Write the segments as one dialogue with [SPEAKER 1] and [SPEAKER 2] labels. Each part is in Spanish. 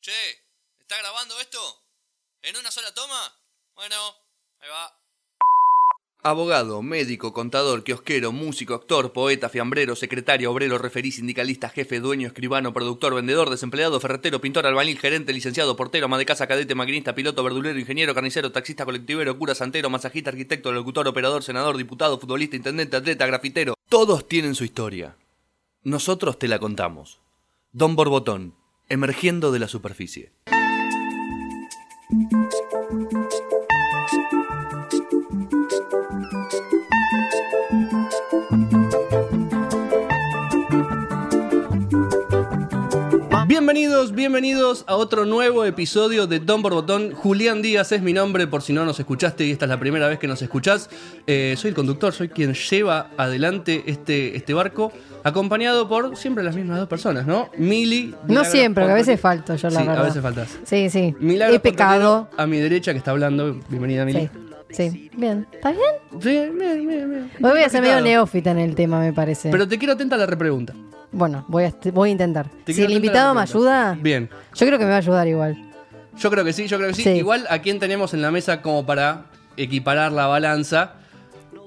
[SPEAKER 1] Che, ¿está grabando esto? ¿En una sola toma? Bueno, ahí va.
[SPEAKER 2] Abogado, médico, contador, kiosquero, músico, actor, poeta, fiambrero, secretario, obrero, referí, sindicalista, jefe, dueño, escribano, productor, vendedor, desempleado, ferretero, pintor, albañil, gerente, licenciado, portero, ama de casa, cadete, maquinista, piloto, verdulero, ingeniero, carnicero, taxista, colectivero, cura, santero, masajista, arquitecto, locutor, operador, senador, diputado, futbolista, intendente, atleta, grafitero. Todos tienen su historia. Nosotros te la contamos. Don Borbotón, emergiendo de la superficie.
[SPEAKER 3] Bienvenidos, bienvenidos a otro nuevo episodio de Don Borbotón. Julián Díaz es mi nombre, por si no nos escuchaste y esta es la primera vez que nos escuchás. Eh, soy el conductor, soy quien lleva adelante este, este barco, acompañado por siempre las mismas dos personas, ¿no? Mili.
[SPEAKER 4] No
[SPEAKER 3] Milagros
[SPEAKER 4] siempre, que a veces
[SPEAKER 3] Portorio-
[SPEAKER 4] falto yo, la
[SPEAKER 3] Sí,
[SPEAKER 4] verdad.
[SPEAKER 3] a veces faltas.
[SPEAKER 4] Sí, sí.
[SPEAKER 3] Milagros
[SPEAKER 4] He pecado.
[SPEAKER 3] Portorio, A mi derecha que está hablando. Bienvenida, Mili.
[SPEAKER 4] Sí, sí. Bien. ¿Está bien?
[SPEAKER 3] Sí, bien, bien, bien.
[SPEAKER 4] Hoy voy a ser medio
[SPEAKER 3] Complicado.
[SPEAKER 4] neófita en el tema, me parece.
[SPEAKER 3] Pero te quiero atenta a la repregunta.
[SPEAKER 4] bueno, voy a, voy a intentar.
[SPEAKER 3] Te quiero
[SPEAKER 4] Si
[SPEAKER 3] atenta
[SPEAKER 4] el
[SPEAKER 3] a la
[SPEAKER 4] invitado me
[SPEAKER 3] pregunta.
[SPEAKER 4] ayuda,
[SPEAKER 3] Bien.
[SPEAKER 4] yo creo que me va a ayudar igual.
[SPEAKER 3] Yo creo que sí, yo creo que sí.
[SPEAKER 4] Sí.
[SPEAKER 3] Igual a quién tenemos en la mesa como para equiparar la balanza.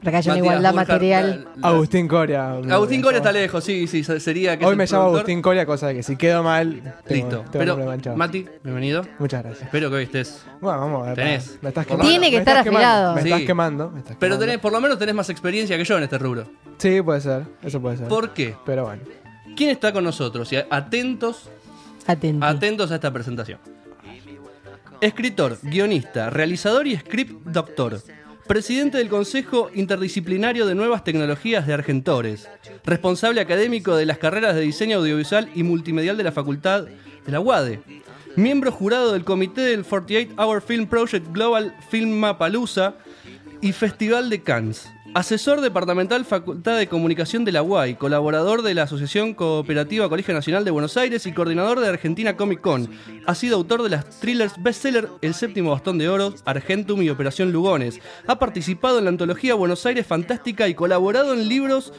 [SPEAKER 4] Para que haya una
[SPEAKER 3] Matías
[SPEAKER 4] igualdad
[SPEAKER 3] Burkhardt,
[SPEAKER 4] material.
[SPEAKER 3] la- la-
[SPEAKER 5] Agustín Coria.
[SPEAKER 3] Agustín Coria está lejos, sí, sí, se- sería que es
[SPEAKER 5] Hoy
[SPEAKER 3] el
[SPEAKER 5] me llamo
[SPEAKER 3] productor.
[SPEAKER 5] Agustín Coria, cosa que si quedo mal. tengo-
[SPEAKER 3] Listo.
[SPEAKER 5] tengo
[SPEAKER 3] Pero,
[SPEAKER 5] el manchado.
[SPEAKER 3] Mati, bienvenido.
[SPEAKER 5] Muchas gracias.
[SPEAKER 3] Espero que hoy estés.
[SPEAKER 5] Bueno, vamos a ver.
[SPEAKER 3] Tenés.
[SPEAKER 5] Me estás
[SPEAKER 3] Por
[SPEAKER 5] quemando.
[SPEAKER 3] lo
[SPEAKER 4] Tiene que
[SPEAKER 5] me
[SPEAKER 4] estar
[SPEAKER 5] estás quemando,
[SPEAKER 4] afilado.
[SPEAKER 5] Me estás
[SPEAKER 3] Sí.
[SPEAKER 5] quemando. me estás
[SPEAKER 3] Pero
[SPEAKER 5] quemando.
[SPEAKER 3] tenés, por lo menos tenés más experiencia que yo en este rubro.
[SPEAKER 5] Sí, puede ser. Eso puede ser.
[SPEAKER 3] ¿Por qué?
[SPEAKER 5] Pero bueno.
[SPEAKER 3] ¿Quién está con nosotros? Y a- atentos,
[SPEAKER 4] Atento.
[SPEAKER 3] atentos a esta presentación. Escritor, guionista, realizador y script doctor. Presidente del Consejo Interdisciplinario de Nuevas Tecnologías de Argentores. Responsable académico de las carreras de diseño audiovisual y multimedial de la Facultad de la UADE. Miembro jurado del comité del 48 Hour Film Project Global Film Mapalooza y Festival de Cannes. Asesor departamental Facultad de Comunicación de la UAI, colaborador de la Asociación Cooperativa Colegio Nacional de Buenos Aires y coordinador de Argentina Comic Con. Ha sido autor de las thrillers bestseller El Séptimo Bastón de Oro, Argentum y Operación Lugones. Ha participado en la antología Buenos Aires Fantástica y colaborado en libros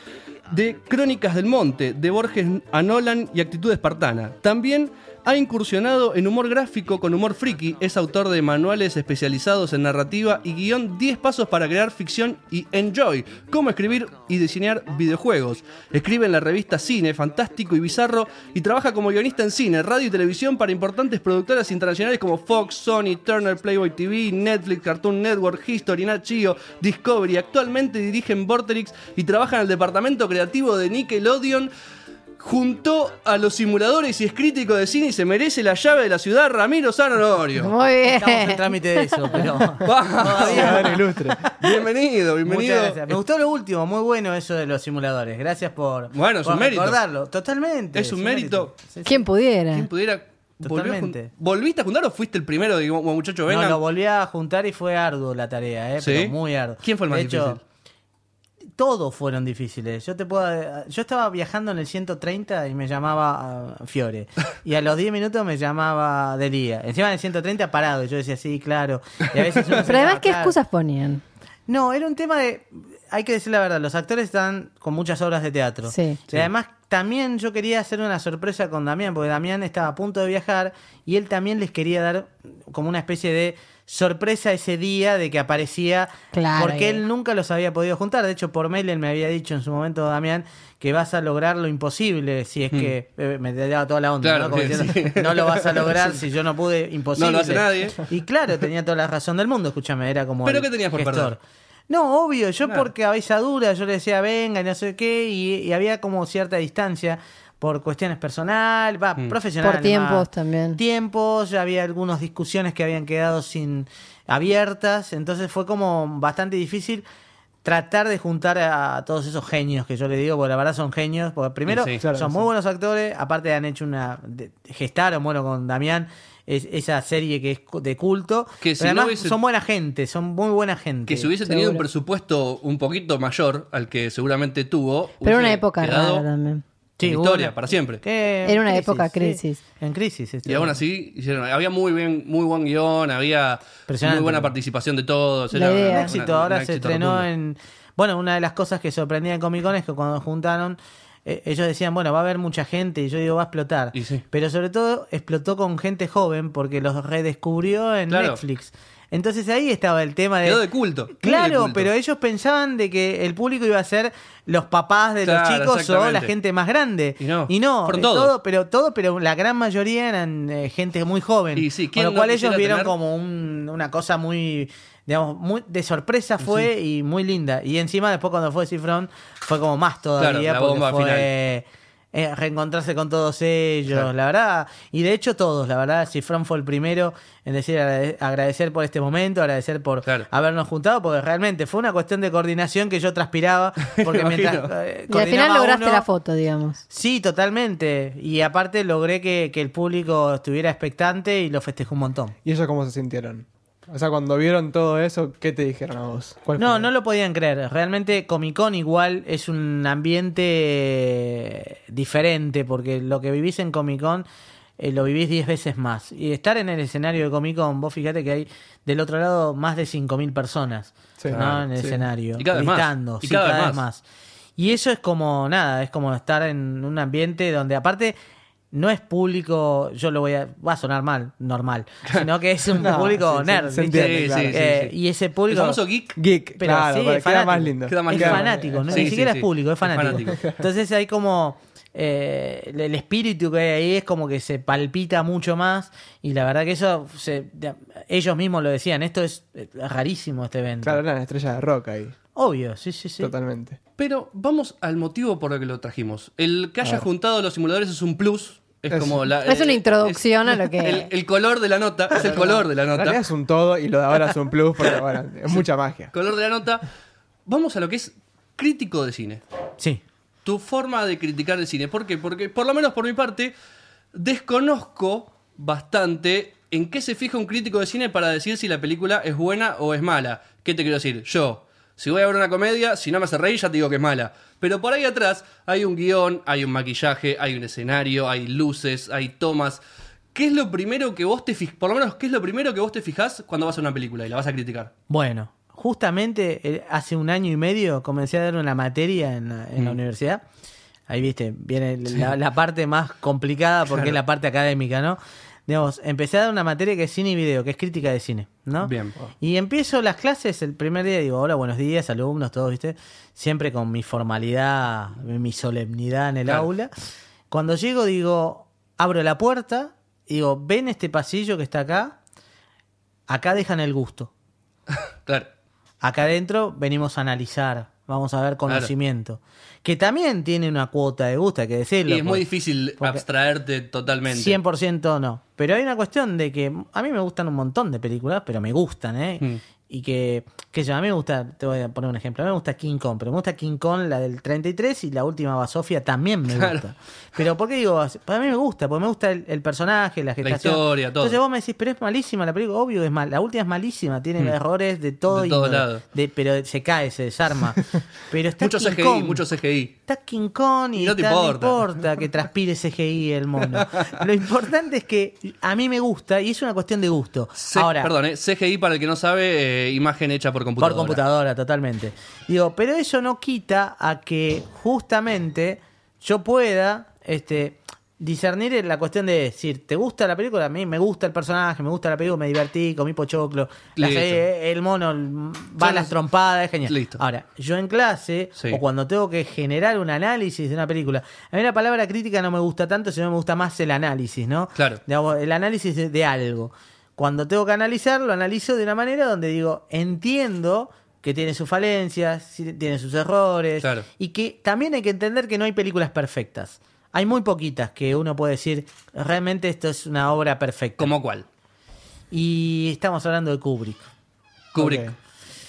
[SPEAKER 3] de Crónicas del Monte, de Borges a Nolan y Actitud Espartana. También ha incursionado en humor gráfico con humor friki, es autor de manuales especializados en narrativa y guión 10 pasos para crear ficción y enjoy, cómo escribir y diseñar videojuegos. Escribe en la revista Cine, Fantástico y Bizarro y trabaja como guionista en cine, radio y televisión para importantes productoras internacionales como Fox, Sony, Turner, Playboy TV, Netflix, Cartoon Network, History, Nat Geo, Discovery. Actualmente dirigen Vorterix y trabaja en el departamento creativo de Nickelodeon. Juntó a los simuladores y es crítico de cine y se merece la llave de la ciudad Ramiro Sanorio.
[SPEAKER 4] Muy
[SPEAKER 6] Estamos en
[SPEAKER 4] bien.
[SPEAKER 6] trámite de eso, pero.
[SPEAKER 5] A ver, ilustre.
[SPEAKER 3] bienvenido, bienvenido.
[SPEAKER 6] Muchas gracias. Me gustó lo último, muy bueno eso de los simuladores. Gracias por,
[SPEAKER 3] Bueno, es
[SPEAKER 6] por
[SPEAKER 3] un mérito.
[SPEAKER 6] recordarlo. Totalmente.
[SPEAKER 3] Es un mérito.
[SPEAKER 6] Sí, sí.
[SPEAKER 4] ¿Quién pudiera?
[SPEAKER 3] ¿Quién pudiera volvió a jun-
[SPEAKER 6] Totalmente.
[SPEAKER 3] ¿Volviste a juntar o fuiste el primero? Digo, bueno, muchacho,
[SPEAKER 6] No,
[SPEAKER 3] vengan.
[SPEAKER 6] lo volví a juntar y fue arduo la tarea, ¿eh?
[SPEAKER 3] Sí.
[SPEAKER 6] Pero muy arduo.
[SPEAKER 3] ¿Quién fue el más
[SPEAKER 6] De hecho, Todos fueron difíciles. Yo te puedo. Yo estaba viajando en el 130 y me llamaba ah, Fiore. Y a los 10 minutos me llamaba Delía. Encima del 130 parado. Y yo decía, sí, claro. Y a veces uno se
[SPEAKER 4] Pero además,
[SPEAKER 6] quedaba,
[SPEAKER 4] ¿qué
[SPEAKER 6] claro.
[SPEAKER 4] excusas ponían?
[SPEAKER 6] No, era un tema de. Hay que decir la verdad, los actores están con muchas obras de teatro.
[SPEAKER 4] Sí.
[SPEAKER 6] Y además, también yo quería hacer una sorpresa con Damián, porque Damián estaba a punto de viajar y él también les quería dar como una especie de sorpresa ese día de que aparecía.
[SPEAKER 4] Claro,
[SPEAKER 6] Porque
[SPEAKER 4] eh.
[SPEAKER 6] él nunca los había podido juntar. De hecho, por mail él me había dicho en su momento, Damián, que vas a lograr lo imposible si es que. eh, Me daba toda la onda,
[SPEAKER 3] Hmm. Claro,
[SPEAKER 6] ¿no? Como
[SPEAKER 3] sí,
[SPEAKER 6] diciendo,
[SPEAKER 3] sí.
[SPEAKER 6] "No lo vas a lograr si yo no pude, imposible.
[SPEAKER 3] No lo hace nadie.
[SPEAKER 6] Y claro, tenía toda la razón del mundo, escúchame, era como.
[SPEAKER 3] ¿Pero
[SPEAKER 6] el
[SPEAKER 3] qué tenías por perder?
[SPEAKER 6] No, obvio, yo
[SPEAKER 3] Claro.
[SPEAKER 6] por cabeza dura, yo le decía venga y no sé qué, y, y había como cierta distancia por cuestiones personal, va,
[SPEAKER 3] Mm.
[SPEAKER 6] profesionales.
[SPEAKER 4] Por tiempos
[SPEAKER 6] más.
[SPEAKER 4] también.
[SPEAKER 6] Tiempos, ya había algunas discusiones que habían quedado sin abiertas, entonces fue como bastante difícil tratar de juntar a todos esos genios que yo le digo, porque la verdad son genios, porque primero
[SPEAKER 3] Sí,
[SPEAKER 5] claro,
[SPEAKER 6] son
[SPEAKER 5] sí.
[SPEAKER 6] muy buenos actores, aparte han hecho una, de- gestaron, bueno, con Damián, es- esa serie que es cu- de culto,
[SPEAKER 3] Que
[SPEAKER 6] pero
[SPEAKER 3] si no
[SPEAKER 6] además
[SPEAKER 3] hubiese-
[SPEAKER 6] son buena gente, son muy buena gente.
[SPEAKER 3] Que si hubiese tenido un
[SPEAKER 4] Seguro.
[SPEAKER 3] presupuesto un poquito mayor al que seguramente tuvo.
[SPEAKER 4] Pero
[SPEAKER 3] hubiese
[SPEAKER 4] una época
[SPEAKER 3] quedado
[SPEAKER 4] rara también.
[SPEAKER 6] Sí,
[SPEAKER 3] en
[SPEAKER 6] hubo
[SPEAKER 3] historia,
[SPEAKER 6] una-
[SPEAKER 3] para siempre.
[SPEAKER 6] ¿Qué?
[SPEAKER 4] Era una época crisis.
[SPEAKER 6] sí. En crisis.
[SPEAKER 3] Y
[SPEAKER 6] este.
[SPEAKER 3] aún así, hicieron- había muy bien, muy buen guión, había muy
[SPEAKER 6] Impresionante.
[SPEAKER 3] buena participación de todos. era
[SPEAKER 4] La idea.
[SPEAKER 3] una-
[SPEAKER 6] Un
[SPEAKER 3] una-
[SPEAKER 6] éxito. Ahora
[SPEAKER 3] un
[SPEAKER 6] se
[SPEAKER 3] éxito
[SPEAKER 6] estrenó
[SPEAKER 3] rotundo.
[SPEAKER 6] en. Bueno, una de las cosas que sorprendía en Comic Con es que cuando juntaron eh, ellos decían, bueno, va a haber mucha gente y yo digo, va a explotar.
[SPEAKER 3] Y sí.
[SPEAKER 6] Pero sobre todo explotó con gente joven porque los redescubrió en
[SPEAKER 3] Claro.
[SPEAKER 6] Netflix. Entonces ahí estaba el tema de...
[SPEAKER 3] Quedó de culto. quedó de
[SPEAKER 6] Claro,
[SPEAKER 3] culto.
[SPEAKER 6] pero ellos pensaban de que el público iba a ser los papás de
[SPEAKER 3] Claro,
[SPEAKER 6] los chicos o la
[SPEAKER 3] exactamente.
[SPEAKER 6] gente más grande.
[SPEAKER 3] Y no,
[SPEAKER 6] eh,
[SPEAKER 3] fueron
[SPEAKER 6] todo.
[SPEAKER 3] todos.
[SPEAKER 6] pero todo, pero la gran mayoría eran eh, gente muy joven.
[SPEAKER 3] Y sí,
[SPEAKER 6] con
[SPEAKER 3] ¿quién
[SPEAKER 6] lo
[SPEAKER 3] no
[SPEAKER 6] cual
[SPEAKER 3] quisiera
[SPEAKER 6] ellos vieron
[SPEAKER 3] tener-
[SPEAKER 6] como un- una cosa muy, digamos, muy de sorpresa fue y muy linda. Y encima después cuando fue Cifrón fue como más todavía
[SPEAKER 3] la
[SPEAKER 6] porque
[SPEAKER 3] bomba
[SPEAKER 6] fue,
[SPEAKER 3] final.
[SPEAKER 6] eh, reencontrarse con todos ellos,
[SPEAKER 3] Claro.
[SPEAKER 6] la verdad, y de hecho todos, la verdad, Cifrón fue el primero en decir agrade- agradecer por este momento, agradecer por
[SPEAKER 3] Claro.
[SPEAKER 6] habernos juntado, porque realmente fue una cuestión de coordinación que yo transpiraba, porque
[SPEAKER 3] Me
[SPEAKER 6] mientras
[SPEAKER 3] imagino.
[SPEAKER 6] eh,
[SPEAKER 4] Y al final
[SPEAKER 6] coordinaba
[SPEAKER 4] lograste
[SPEAKER 6] uno-
[SPEAKER 4] la foto, digamos.
[SPEAKER 6] Sí, totalmente, y aparte logré que, que el público estuviera expectante y lo festejó un montón.
[SPEAKER 5] ¿Y ellos cómo se sintieron? O sea, cuando vieron todo eso, ¿qué te dijeron a vos? ¿Cuál
[SPEAKER 6] No,
[SPEAKER 5] fue?
[SPEAKER 6] no lo podían creer. Realmente Comic Con igual es un ambiente eh, diferente porque lo que vivís en Comic Con eh, lo vivís 10 veces más. Y estar en el escenario de Comic Con, vos fíjate que hay del otro lado más de 5.000 personas
[SPEAKER 5] Sí.
[SPEAKER 6] ¿no?
[SPEAKER 5] Ah,
[SPEAKER 6] en el
[SPEAKER 5] sí.
[SPEAKER 6] escenario.
[SPEAKER 3] Y cada vez más.
[SPEAKER 6] gritando.
[SPEAKER 3] Y
[SPEAKER 6] Sí,
[SPEAKER 3] cada
[SPEAKER 6] cada,
[SPEAKER 3] vez
[SPEAKER 6] vez
[SPEAKER 3] más.
[SPEAKER 6] más. Y eso es como nada, es como estar en un ambiente donde aparte... No es público, yo lo voy a. Va a sonar mal, normal. Sino que es un
[SPEAKER 5] No,
[SPEAKER 6] público
[SPEAKER 5] sí, sí,
[SPEAKER 6] nerd.
[SPEAKER 5] se
[SPEAKER 6] ¿viste?
[SPEAKER 5] entiende,
[SPEAKER 3] Sí,
[SPEAKER 5] claro.
[SPEAKER 3] sí, sí,
[SPEAKER 6] Eh,
[SPEAKER 3] sí.
[SPEAKER 6] Y ese
[SPEAKER 3] El
[SPEAKER 6] público.
[SPEAKER 3] famoso geek.
[SPEAKER 5] Geek,
[SPEAKER 6] Pero
[SPEAKER 5] claro,
[SPEAKER 6] sí,
[SPEAKER 5] para-
[SPEAKER 6] es
[SPEAKER 5] queda
[SPEAKER 6] fanático.
[SPEAKER 5] más lindo.
[SPEAKER 3] Queda más
[SPEAKER 6] es
[SPEAKER 3] lindo.
[SPEAKER 6] fanático, no,
[SPEAKER 3] Sí,
[SPEAKER 6] ni
[SPEAKER 3] sí,
[SPEAKER 6] siquiera
[SPEAKER 3] sí.
[SPEAKER 6] es público, es
[SPEAKER 3] Es
[SPEAKER 6] fanático.
[SPEAKER 3] fanático.
[SPEAKER 6] Entonces hay como eh, el el espíritu que hay ahí es como que se palpita mucho más y la verdad que eso se- de- ellos mismos lo decían, esto es eh, rarísimo este evento.
[SPEAKER 5] Claro, era una estrella de rock ahí,
[SPEAKER 6] Obvio, sí, sí, sí.
[SPEAKER 5] totalmente.
[SPEAKER 3] Pero vamos al motivo por el que lo trajimos. El que haya juntado los simuladores es un plus. Es,
[SPEAKER 5] Es-
[SPEAKER 3] como la.
[SPEAKER 4] Es una
[SPEAKER 3] eh,
[SPEAKER 4] introducción a lo que.
[SPEAKER 3] El, el color de la nota. Es el color de la
[SPEAKER 5] Ah, En realidad
[SPEAKER 3] nota.
[SPEAKER 5] es un todo y lo de ahora es un plus porque, bueno, es mucha magia.
[SPEAKER 3] Color de la nota. Vamos a lo que es crítico de cine.
[SPEAKER 6] Sí.
[SPEAKER 3] tu forma de criticar el cine. ¿Por qué? Porque, por lo menos por mi parte, desconozco bastante en qué se fija un crítico de cine para decir si la película es buena o es mala. ¿Qué te quiero decir? Yo, si voy a ver una comedia, si no me hace reír, ya te digo que es mala. Pero por ahí atrás hay un guión, hay un maquillaje, hay un escenario, hay luces, hay tomas. ¿Qué es lo primero que vos te fijas? Por lo menos, ¿qué es lo primero que vos te fijás cuando vas a una película y la vas a criticar?
[SPEAKER 6] Bueno, justamente eh, hace un año y medio comencé a dar una materia en la,
[SPEAKER 3] Mm.
[SPEAKER 6] en la universidad. Ahí viste, viene la, la parte más complicada porque es la parte académica, ¿no? Digamos, empecé a dar una materia que es cine y video, que es crítica de cine, ¿no?
[SPEAKER 3] Bien.
[SPEAKER 6] Y empiezo las clases el primer día, digo, hola, buenos días, alumnos, todos, ¿viste? Siempre con mi formalidad, mi solemnidad en el
[SPEAKER 3] Claro.
[SPEAKER 6] aula. Cuando llego, digo, abro la puerta, digo, ven este pasillo que está acá, acá dejan el gusto.
[SPEAKER 3] Claro.
[SPEAKER 6] Acá adentro venimos a analizar, vamos a ver conocimiento. Que también tiene una cuota de gusto, hay que decirlo.
[SPEAKER 3] Y es muy
[SPEAKER 6] porque
[SPEAKER 3] difícil
[SPEAKER 6] porque-
[SPEAKER 3] abstraerte totalmente.
[SPEAKER 6] 100% no. Pero hay una cuestión de que a mí me gustan un montón de películas, pero me gustan, ¿eh?
[SPEAKER 3] Mm.
[SPEAKER 6] Y que, qué sé yo, a mí me gusta, te voy a poner un ejemplo, a mí me gusta King Kong, pero me gusta King Kong, la del 33 y la última Basofia también me
[SPEAKER 3] Claro.
[SPEAKER 6] gusta. Pero ¿por qué digo? Para mí me gusta, porque me gusta el, el personaje, la gestación.
[SPEAKER 3] historia, todo.
[SPEAKER 6] Entonces vos me decís, pero es malísima la película, obvio que es mal, la última es malísima, tiene errores de todo
[SPEAKER 3] Mm. De
[SPEAKER 6] y
[SPEAKER 3] todos lados.
[SPEAKER 6] pero se cae, se desarma. pero está
[SPEAKER 3] Mucho
[SPEAKER 6] King
[SPEAKER 3] CGI,
[SPEAKER 6] Kong.
[SPEAKER 3] mucho CGI.
[SPEAKER 6] Está King Kong y
[SPEAKER 3] Y no te
[SPEAKER 6] tal,
[SPEAKER 3] importa.
[SPEAKER 6] no importa que transpire CGI el mono. Lo importante es que a mí me gusta y es una cuestión de gusto.
[SPEAKER 3] C-
[SPEAKER 6] Ahora,
[SPEAKER 3] perdón, eh, CGI para el que no sabe, eh, imagen hecha por computadora.
[SPEAKER 6] por computadora, totalmente. Digo, pero eso no quita a que justamente yo pueda este, discernir en la cuestión de decir, ¿te gusta la película? A mí me gusta el personaje, me gusta la película, me divertí, comí pochoclo, la
[SPEAKER 3] Listo.
[SPEAKER 6] serie, el mono, el- va
[SPEAKER 3] Son
[SPEAKER 6] las
[SPEAKER 3] los-
[SPEAKER 6] trompadas, es genial.
[SPEAKER 3] Listo.
[SPEAKER 6] Ahora, yo en clase,
[SPEAKER 3] Sí.
[SPEAKER 6] o cuando tengo que generar un análisis de una película, a mí la palabra crítica no me gusta tanto, sino me gusta más el análisis, ¿no?
[SPEAKER 3] Claro.
[SPEAKER 6] Digamos, el análisis de, de algo. Cuando tengo que analizarlo, analizo de una manera donde digo, entiendo que tiene sus falencias, si- tiene sus errores,
[SPEAKER 3] Claro.
[SPEAKER 6] y que también hay que entender que no hay películas perfectas. Hay muy poquitas que uno puede decir, realmente esto es una obra perfecta.
[SPEAKER 3] ¿Cómo cuál?
[SPEAKER 6] Y estamos hablando de Kubrick.
[SPEAKER 3] Kubrick.
[SPEAKER 5] Ok.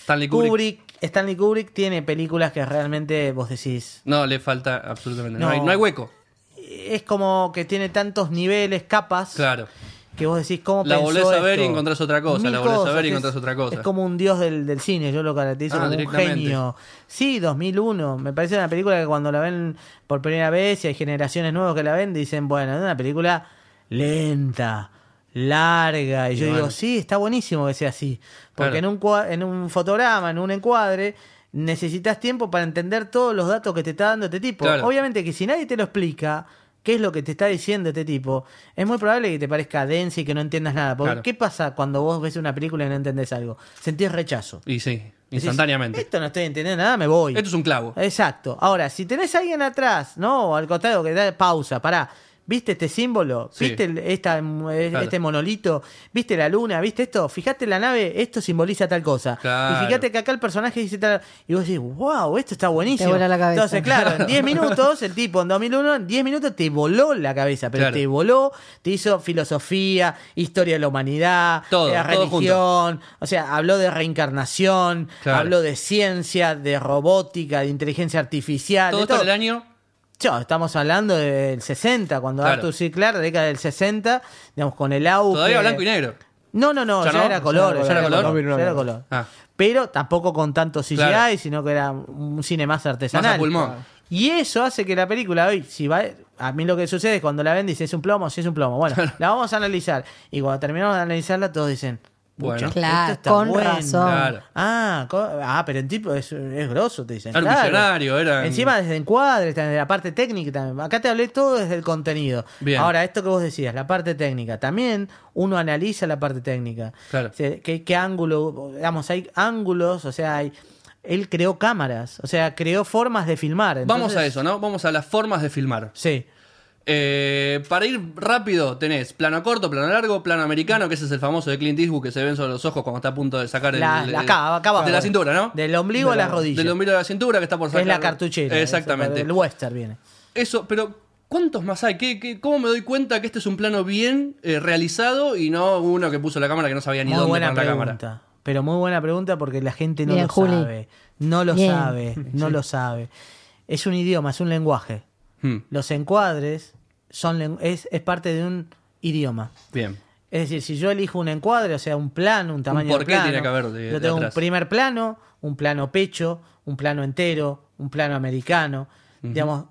[SPEAKER 3] Stanley Kubrick.
[SPEAKER 6] Kubrick. Stanley Kubrick tiene películas que realmente vos decís,
[SPEAKER 3] No, le falta absolutamente. No,
[SPEAKER 6] No.
[SPEAKER 3] hay, no hay hueco.
[SPEAKER 6] es como que tiene tantos niveles, capas,
[SPEAKER 3] Claro.
[SPEAKER 6] que vos decís cómo
[SPEAKER 3] La
[SPEAKER 6] pensó
[SPEAKER 3] volvés a ver
[SPEAKER 6] esto?
[SPEAKER 3] y encontrás otra cosa,
[SPEAKER 6] Mil
[SPEAKER 3] la volvés a
[SPEAKER 6] cosas,
[SPEAKER 3] ver y
[SPEAKER 6] es-
[SPEAKER 3] encontrás otra cosa.
[SPEAKER 6] Es como un dios del, del cine, yo lo caracterizo
[SPEAKER 3] Ah,
[SPEAKER 6] como un
[SPEAKER 3] directamente.
[SPEAKER 6] genio. Sí, 2001, me parece una película que cuando la ven por primera vez y hay generaciones nuevas que la ven, dicen, bueno, es una película lenta, larga, y yo
[SPEAKER 3] bueno.
[SPEAKER 6] digo, sí, está buenísimo que sea así, porque
[SPEAKER 3] Claro.
[SPEAKER 6] en, un, cua- en un fotograma, en un encuadre... necesitas tiempo para entender todos los datos que te está dando este tipo.
[SPEAKER 3] Claro.
[SPEAKER 6] Obviamente que si nadie te lo explica, qué es lo que te está diciendo este tipo, es muy probable que te parezca densa y que no entiendas nada. Porque
[SPEAKER 3] Claro.
[SPEAKER 6] ¿qué pasa cuando vos ves una película y no entendés algo? Sentís rechazo.
[SPEAKER 3] Y sí,
[SPEAKER 6] Decís,
[SPEAKER 3] instantáneamente.
[SPEAKER 6] Esto Eh, no estoy entendiendo nada, me voy.
[SPEAKER 3] Esto es un clavo.
[SPEAKER 6] Exacto. Ahora, si tenés a alguien atrás, ¿no? O al costado que da pausa, pará. ¿Viste este símbolo?
[SPEAKER 3] Sí.
[SPEAKER 6] ¿Viste el- esta, eh,
[SPEAKER 3] Claro.
[SPEAKER 6] este monolito? ¿Viste la luna? ¿Viste esto? Fijate la nave, esto simboliza tal cosa.
[SPEAKER 3] Claro.
[SPEAKER 6] Y fíjate que acá el personaje dice tal. Y vos decís, wow, esto está buenísimo.
[SPEAKER 4] vuela la cabeza.
[SPEAKER 6] Entonces, claro, en 10 minutos, el tipo en 2001, en 10 minutos te voló la cabeza, pero
[SPEAKER 3] Claro.
[SPEAKER 6] te voló, te hizo filosofía, historia de la humanidad,
[SPEAKER 3] Todo,
[SPEAKER 6] eh,
[SPEAKER 3] todo junto.
[SPEAKER 6] religión. O sea, habló de reencarnación,
[SPEAKER 3] Claro.
[SPEAKER 6] habló de ciencia, de robótica, de inteligencia artificial.
[SPEAKER 3] Todo
[SPEAKER 6] de
[SPEAKER 3] esto
[SPEAKER 6] todo.
[SPEAKER 3] en el año.
[SPEAKER 6] Chao, estamos hablando del 60, cuando
[SPEAKER 3] Claro.
[SPEAKER 6] Arthur C. Clarke, década del 60, digamos, con el auge.
[SPEAKER 3] Todavía blanco y negro.
[SPEAKER 6] No, no, no,
[SPEAKER 3] ¿Ya
[SPEAKER 6] ya,
[SPEAKER 3] no?
[SPEAKER 6] era color.
[SPEAKER 5] ¿Ya
[SPEAKER 6] Ya era
[SPEAKER 3] era color?
[SPEAKER 6] color. ya era color.
[SPEAKER 3] Ah.
[SPEAKER 6] Pero tampoco con tanto CGI,
[SPEAKER 3] Claro.
[SPEAKER 6] sino que era un cine más artesanal.
[SPEAKER 3] Más a pulmón.
[SPEAKER 6] Y eso hace que la película hoy, si va, a mí lo que sucede es cuando la ven dice es un plomo, si es un plomo. Bueno, la vamos a analizar. Y cuando terminamos de analizarla, todos dicen,
[SPEAKER 3] Bueno.
[SPEAKER 6] bueno,
[SPEAKER 4] Claro, con razón.
[SPEAKER 3] Claro.
[SPEAKER 6] Ah, co- ah, pero el tipo es, es grosso, te dicen.
[SPEAKER 3] Era un
[SPEAKER 6] Claro.
[SPEAKER 3] millonario, era-
[SPEAKER 6] Encima desde encuadres, desde la parte técnica también. Acá te hablé todo desde el contenido.
[SPEAKER 3] Bien.
[SPEAKER 6] Ahora, esto que vos decías, la parte técnica. También uno analiza la parte técnica.
[SPEAKER 3] Claro.
[SPEAKER 6] O sea, ¿Qué, qué ángulo? Digamos, hay ángulos, o sea, hay... Él creó cámaras, o sea, creó formas de filmar.
[SPEAKER 3] Vamos a
[SPEAKER 6] Entonces-
[SPEAKER 3] eso, ¿no? Vamos a las formas de filmar.
[SPEAKER 6] Sí.
[SPEAKER 3] Eh, para ir rápido, tenés plano corto, plano largo, plano americano, que ese es el famoso de Clint Eastwood que se ven sobre los ojos cuando está a punto de sacar
[SPEAKER 6] La,
[SPEAKER 3] el,
[SPEAKER 6] la acá- acá abajo.
[SPEAKER 3] de la cintura, ¿no?
[SPEAKER 6] Del ombligo a la rodilla.
[SPEAKER 3] Del ombligo a la cintura que está por sacar.
[SPEAKER 6] es la cartuchera.
[SPEAKER 3] Exactamente.
[SPEAKER 6] El western viene.
[SPEAKER 3] Eso, pero ¿cuántos más hay? ¿Qué, qué- cómo me doy cuenta que este es un plano bien eh, realizado y no uno que puso la cámara que no sabía ni
[SPEAKER 6] Muy
[SPEAKER 3] dónde
[SPEAKER 6] buena
[SPEAKER 3] poner la
[SPEAKER 6] pregunta.
[SPEAKER 3] cámara?
[SPEAKER 6] Pero muy buena pregunta porque la gente no
[SPEAKER 4] Bien,
[SPEAKER 6] lo
[SPEAKER 4] Juli.
[SPEAKER 6] sabe. No lo
[SPEAKER 4] Bien.
[SPEAKER 6] sabe, no lo sabe. Es un idioma, es un lenguaje.
[SPEAKER 3] Hmm,
[SPEAKER 6] Los encuadres son len- es, es parte de un idioma.
[SPEAKER 3] bien.
[SPEAKER 6] Es decir, si yo elijo un encuadre, o sea, un plano, un tamaño
[SPEAKER 3] por
[SPEAKER 6] de
[SPEAKER 3] qué
[SPEAKER 6] plano,
[SPEAKER 3] tiene que haber de- de
[SPEAKER 6] yo tengo
[SPEAKER 3] atrás.
[SPEAKER 6] un primer plano, un plano pecho, un plano entero, un plano americano. Digamos,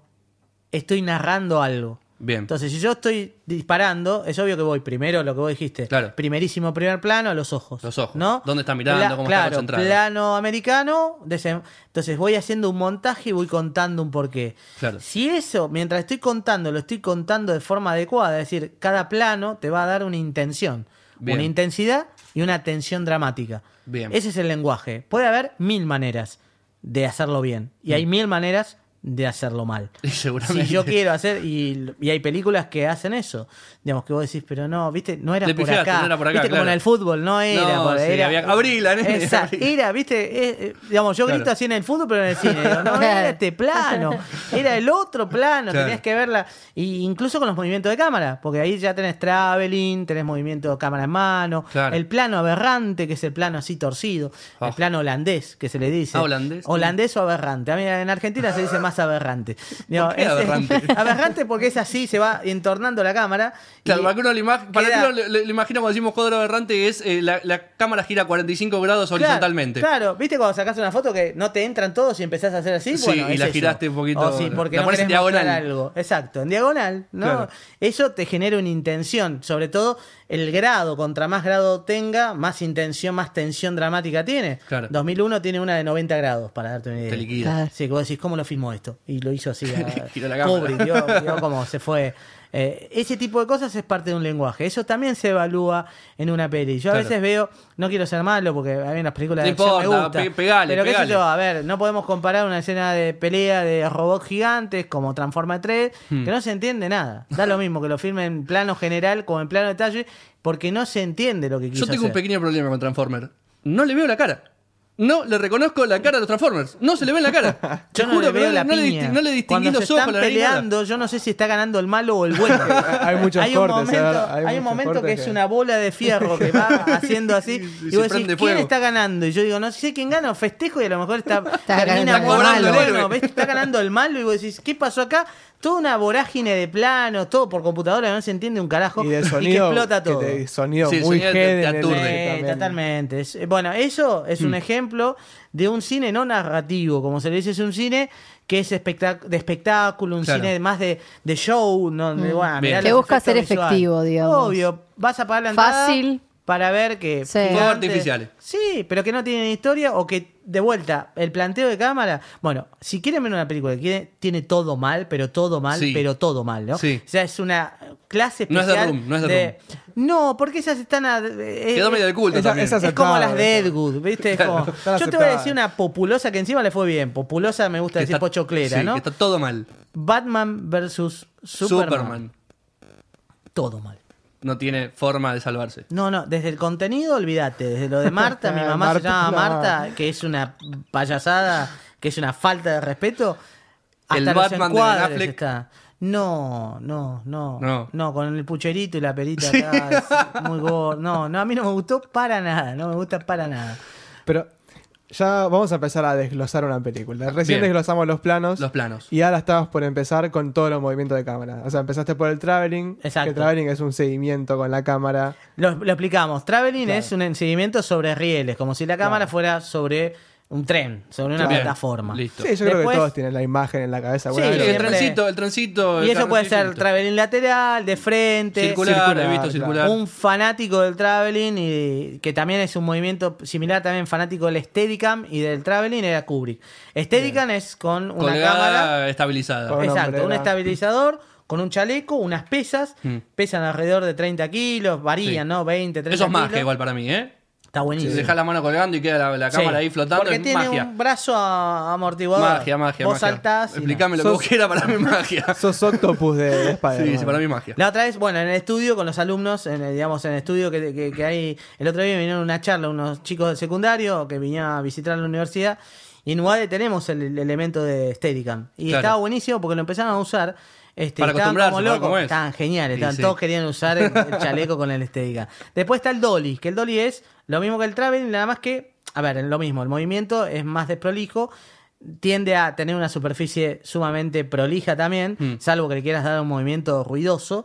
[SPEAKER 6] estoy narrando algo.
[SPEAKER 3] Bien.
[SPEAKER 6] Entonces, si yo estoy disparando, es obvio que voy primero, lo que vos dijiste.
[SPEAKER 3] Claro.
[SPEAKER 6] Primerísimo primer plano a los ojos.
[SPEAKER 3] Los ojos.
[SPEAKER 6] ¿No?
[SPEAKER 3] ¿Dónde está mirando? ¿Cómo está
[SPEAKER 6] claro,
[SPEAKER 3] concentrado?
[SPEAKER 6] plano americano. desem- Entonces, voy haciendo un montaje y voy contando un porqué.
[SPEAKER 3] Claro.
[SPEAKER 6] Si eso, mientras estoy contando, lo estoy contando de forma adecuada, es decir, cada plano te va a dar una intención,
[SPEAKER 3] Bien.
[SPEAKER 6] una intensidad y una tensión dramática.
[SPEAKER 3] Bien.
[SPEAKER 6] Ese es el lenguaje. Puede haber mil maneras de hacerlo bien y hay mil maneras de hacerlo mal.
[SPEAKER 3] Y seguramente.
[SPEAKER 6] Si yo quiero hacer, y, y hay películas que hacen eso. Digamos que vos decís, pero no, viste, no era,
[SPEAKER 3] Le
[SPEAKER 6] por,
[SPEAKER 3] pifiaste,
[SPEAKER 6] acá.
[SPEAKER 3] no era por acá,
[SPEAKER 6] Viste como
[SPEAKER 3] claro.
[SPEAKER 6] en el fútbol, no era.
[SPEAKER 3] No,
[SPEAKER 6] por,
[SPEAKER 3] sí,
[SPEAKER 6] era
[SPEAKER 3] había- abrila, nene,
[SPEAKER 6] Esa-
[SPEAKER 3] abrila.
[SPEAKER 6] era, viste, eh, eh, digamos, yo grito
[SPEAKER 3] Claro.
[SPEAKER 6] así en el fútbol, pero en el cine. digo, no era este plano, era el otro plano,
[SPEAKER 3] Claro.
[SPEAKER 6] tenías que verla. Y incluso con los movimientos de cámara, porque ahí ya tenés traveling, tenés movimiento de cámara en mano,
[SPEAKER 3] Claro.
[SPEAKER 6] el plano aberrante, que es el plano así torcido,
[SPEAKER 3] Ah.
[SPEAKER 6] el plano holandés, que se le dice.
[SPEAKER 3] Ah, holandés.
[SPEAKER 6] Holandés o aberrante. A mí en Argentina se dice más aberrante. Digo,
[SPEAKER 3] qué aberrante?
[SPEAKER 6] aberrante porque es así, se va entornando la cámara. y
[SPEAKER 3] Claro, para que uno le, ima- para que
[SPEAKER 6] queda-
[SPEAKER 3] uno le- le- le imagina cuando decimos cuadro aberrante es eh, la, la cámara gira 45 grados
[SPEAKER 6] Claro,
[SPEAKER 3] horizontalmente.
[SPEAKER 6] Claro, viste cuando sacás una foto que no te entran todos y empezás a hacer así.
[SPEAKER 3] Sí,
[SPEAKER 6] Bueno,
[SPEAKER 3] y
[SPEAKER 6] es
[SPEAKER 3] la
[SPEAKER 6] eso.
[SPEAKER 3] giraste un poquito,
[SPEAKER 6] O sí, porque
[SPEAKER 3] la
[SPEAKER 6] no
[SPEAKER 3] pones en
[SPEAKER 6] querés mostrar
[SPEAKER 3] diagonal.
[SPEAKER 6] algo. Exacto, en diagonal, ¿no?
[SPEAKER 3] Claro.
[SPEAKER 6] Eso te genera una intención. Sobre todo el grado, contra más grado tenga, más intención, más tensión dramática tiene.
[SPEAKER 3] Claro.
[SPEAKER 6] 2001 tiene una de 90 grados, para darte una idea.
[SPEAKER 3] Te liquida.
[SPEAKER 4] Claro.
[SPEAKER 6] Sí, que vos decís, ¿cómo lo filmó esto? Y lo hizo así. a-
[SPEAKER 3] Giró la cámara.
[SPEAKER 6] Kubrick, vio- vio cómo se fue. Eh, ese tipo de cosas es parte de un lenguaje. Eso también se evalúa en una peli. Yo a
[SPEAKER 3] Claro.
[SPEAKER 6] veces veo, no quiero ser malo porque hay unas películas de
[SPEAKER 3] No
[SPEAKER 6] acción me
[SPEAKER 3] importa,
[SPEAKER 6] gusta,
[SPEAKER 3] pe- pegale,
[SPEAKER 6] pero qué sé
[SPEAKER 3] pegale.
[SPEAKER 6] yo, a ver, no podemos comparar una escena de pelea de robots gigantes como Transforma 3,
[SPEAKER 3] Hmm.
[SPEAKER 6] que no se entiende nada. Da lo mismo que lo firme en plano general como en plano detalle, porque no se entiende lo que
[SPEAKER 3] Yo
[SPEAKER 6] quiso
[SPEAKER 3] tengo un
[SPEAKER 6] hacer.
[SPEAKER 3] pequeño problema con Transformer. No le veo la cara. No le reconozco la cara a los Transformers. No se le ve la cara. Te
[SPEAKER 6] Yo no
[SPEAKER 3] juro
[SPEAKER 6] le
[SPEAKER 3] que
[SPEAKER 6] veo la
[SPEAKER 3] no le
[SPEAKER 6] piña.
[SPEAKER 3] disti- no le distinguí
[SPEAKER 6] Cuando
[SPEAKER 3] los
[SPEAKER 6] se
[SPEAKER 3] ojos,
[SPEAKER 6] están
[SPEAKER 3] la nariz, nada.
[SPEAKER 6] peleando, yo no sé si está ganando el malo o el bueno.
[SPEAKER 5] Hay muchos
[SPEAKER 6] un
[SPEAKER 5] cortes,
[SPEAKER 6] momento,
[SPEAKER 5] ¿verdad? Hay
[SPEAKER 6] hay
[SPEAKER 5] muchos
[SPEAKER 6] un momento que
[SPEAKER 5] cortes
[SPEAKER 6] es
[SPEAKER 5] que-
[SPEAKER 6] una bola de fierro que va haciendo así.
[SPEAKER 3] Y
[SPEAKER 6] Y
[SPEAKER 3] se
[SPEAKER 6] vos decís,
[SPEAKER 3] prende
[SPEAKER 6] ¿quién
[SPEAKER 3] fuego".
[SPEAKER 6] está ganando? Y yo digo, no sé quién gana, festejo y a lo mejor está,
[SPEAKER 4] ganando
[SPEAKER 6] termina
[SPEAKER 4] el
[SPEAKER 6] muerto.
[SPEAKER 3] malo.
[SPEAKER 6] Bueno, ves, está ganando el malo y vos decís, ¿qué pasó acá? Toda una vorágine de planos, todo por computadora, no se entiende un carajo.
[SPEAKER 5] Y de
[SPEAKER 6] que
[SPEAKER 5] sonido.
[SPEAKER 6] explota
[SPEAKER 5] que
[SPEAKER 6] todo.
[SPEAKER 5] te- sonido
[SPEAKER 3] Sí, el
[SPEAKER 5] muy
[SPEAKER 3] sonido te-
[SPEAKER 5] head
[SPEAKER 3] te
[SPEAKER 5] en el-
[SPEAKER 3] aturde.
[SPEAKER 6] Eh,
[SPEAKER 5] también.
[SPEAKER 6] totalmente. Es- eh, bueno, eso es
[SPEAKER 3] Mm.
[SPEAKER 6] un ejemplo de un cine no narrativo, como se le dice, es un cine que es espectac- de espectáculo, un
[SPEAKER 3] Claro. Mm.
[SPEAKER 6] cine más de, de show, no, de, bueno,
[SPEAKER 3] Bien.
[SPEAKER 6] mirá
[SPEAKER 3] Que
[SPEAKER 6] los
[SPEAKER 4] busca
[SPEAKER 6] efectos
[SPEAKER 4] ser
[SPEAKER 6] visuales.
[SPEAKER 4] efectivo, digamos.
[SPEAKER 6] Obvio, vas a pagar la entrada.
[SPEAKER 4] Fácil,
[SPEAKER 6] para ver que.
[SPEAKER 4] Sí. Fuegos
[SPEAKER 6] gigantes-
[SPEAKER 3] artificiales.
[SPEAKER 6] Sí, pero que no tienen historia o que, de vuelta, el planteo de cámara. Bueno, si quieren ver una película que tiene, tiene todo mal, pero todo mal,
[SPEAKER 3] Sí.
[SPEAKER 6] pero todo mal, ¿no?
[SPEAKER 3] Sí.
[SPEAKER 6] O sea, es una clase
[SPEAKER 3] No es
[SPEAKER 6] especial.
[SPEAKER 3] The Room, no es The
[SPEAKER 6] No, porque esas están. a- eh,
[SPEAKER 3] Quedó medio de culto
[SPEAKER 5] Esa-
[SPEAKER 3] también.
[SPEAKER 5] esa-
[SPEAKER 6] es como las de
[SPEAKER 5] aceptable.
[SPEAKER 6] Edgood, ¿viste? Es como-
[SPEAKER 5] Están
[SPEAKER 6] yo te voy a
[SPEAKER 5] aceptables.
[SPEAKER 6] decir una populosa que encima le fue bien. Populosa me
[SPEAKER 3] Que
[SPEAKER 6] gusta decir
[SPEAKER 3] está-
[SPEAKER 6] pochoclera,
[SPEAKER 3] sí,
[SPEAKER 6] ¿no?
[SPEAKER 3] que está todo mal.
[SPEAKER 6] Batman versus Superman.
[SPEAKER 3] Superman.
[SPEAKER 6] Todo mal.
[SPEAKER 3] No tiene forma de salvarse.
[SPEAKER 6] No, no, desde el contenido olvídate. Desde lo de Marta, mi mamá se
[SPEAKER 5] Marta,
[SPEAKER 6] llama
[SPEAKER 5] no.
[SPEAKER 6] Marta, que es una payasada, que es una falta de respeto. Hasta
[SPEAKER 3] El
[SPEAKER 6] los
[SPEAKER 3] Batman de Ben
[SPEAKER 6] encuadres
[SPEAKER 3] Affleck.
[SPEAKER 6] está. No, no, no,
[SPEAKER 3] No.
[SPEAKER 6] no. con el pucherito y la perita acá, es muy gordo. No, no, a mí no me gustó para nada, no me gusta para nada.
[SPEAKER 5] Pero ya vamos a empezar a desglosar una película. Recién
[SPEAKER 3] Bien.
[SPEAKER 5] desglosamos los planos.
[SPEAKER 3] Los planos.
[SPEAKER 5] Y ahora estabas por empezar con todos los movimientos de cámara. O sea, empezaste por el traveling.
[SPEAKER 6] Exacto.
[SPEAKER 5] Que el traveling es un seguimiento con la cámara.
[SPEAKER 6] Lo, lo explicamos. Traveling es un seguimiento sobre rieles, como si la cámara fuera sobre un tren, sobre una
[SPEAKER 5] Bien,
[SPEAKER 6] plataforma.
[SPEAKER 3] Listo.
[SPEAKER 5] Sí, yo creo
[SPEAKER 6] Después-
[SPEAKER 5] que todos tienen la imagen en la cabeza.
[SPEAKER 6] Sí,
[SPEAKER 5] alguna
[SPEAKER 3] Sí,
[SPEAKER 5] vez lo-
[SPEAKER 3] el
[SPEAKER 6] siempre-
[SPEAKER 3] trencito, el trencito.
[SPEAKER 6] Y
[SPEAKER 3] el
[SPEAKER 6] eso puede ser
[SPEAKER 3] carroncito.
[SPEAKER 6] traveling lateral, de frente.
[SPEAKER 3] Circular,
[SPEAKER 5] circular,
[SPEAKER 3] he visto
[SPEAKER 5] claro.
[SPEAKER 3] circular.
[SPEAKER 6] Un fanático del traveling, y que también es un movimiento similar, también fanático del Steadicam y del traveling, era Kubrick. Steadicam es con una
[SPEAKER 3] Colgada
[SPEAKER 6] cámara.
[SPEAKER 3] estabilizada.
[SPEAKER 5] Con- una
[SPEAKER 6] Exacto, un
[SPEAKER 5] hombrera.
[SPEAKER 6] estabilizador con un chaleco, unas pesas, pesan alrededor de 30 kilos, varían,
[SPEAKER 3] Mm. Sí.
[SPEAKER 6] ¿no? 20, 30
[SPEAKER 3] Eso es
[SPEAKER 6] kilos.
[SPEAKER 3] magia igual para mí, ¿eh?
[SPEAKER 6] Está
[SPEAKER 3] Si
[SPEAKER 6] buenísimo.
[SPEAKER 3] Deja la mano colgando y queda la, la
[SPEAKER 6] Sí,
[SPEAKER 3] cámara ahí flotando.
[SPEAKER 6] Porque
[SPEAKER 3] es
[SPEAKER 6] tiene
[SPEAKER 3] magia.
[SPEAKER 6] un brazo a- amortiguador.
[SPEAKER 3] Magia, magia,
[SPEAKER 6] Vos
[SPEAKER 3] magia.
[SPEAKER 6] saltás. y
[SPEAKER 3] Explícame lo que
[SPEAKER 5] Sos-
[SPEAKER 3] vos quieras, para mí magia.
[SPEAKER 5] Sos octopus de, de Spider-Man.
[SPEAKER 3] Sí, sí, para mí magia.
[SPEAKER 6] La otra vez, bueno, en el estudio con los alumnos, en el, digamos, en el estudio que, que- que hay. El otro día vinieron a una charla unos chicos del secundario que vinieron a visitar la universidad. Y en UAD tenemos el, el elemento de Steadicam. Y
[SPEAKER 3] Claro.
[SPEAKER 6] estaba buenísimo porque lo empezaron a usar. Este,
[SPEAKER 3] Para
[SPEAKER 6] estaban
[SPEAKER 3] acostumbrarse,
[SPEAKER 6] como
[SPEAKER 3] para ver
[SPEAKER 6] locos,
[SPEAKER 3] cómo es.
[SPEAKER 6] Estaban geniales,
[SPEAKER 3] Sí,
[SPEAKER 6] estaban-
[SPEAKER 3] sí.
[SPEAKER 6] todos querían usar el, el chaleco con el Steadicam. Después está el Dolly, que el Dolly es lo mismo que el Traveling, nada más que, a ver, lo mismo, el movimiento es más desprolijo, tiende a tener una superficie sumamente prolija también,
[SPEAKER 3] Hmm.
[SPEAKER 6] salvo que le quieras dar un movimiento ruidoso,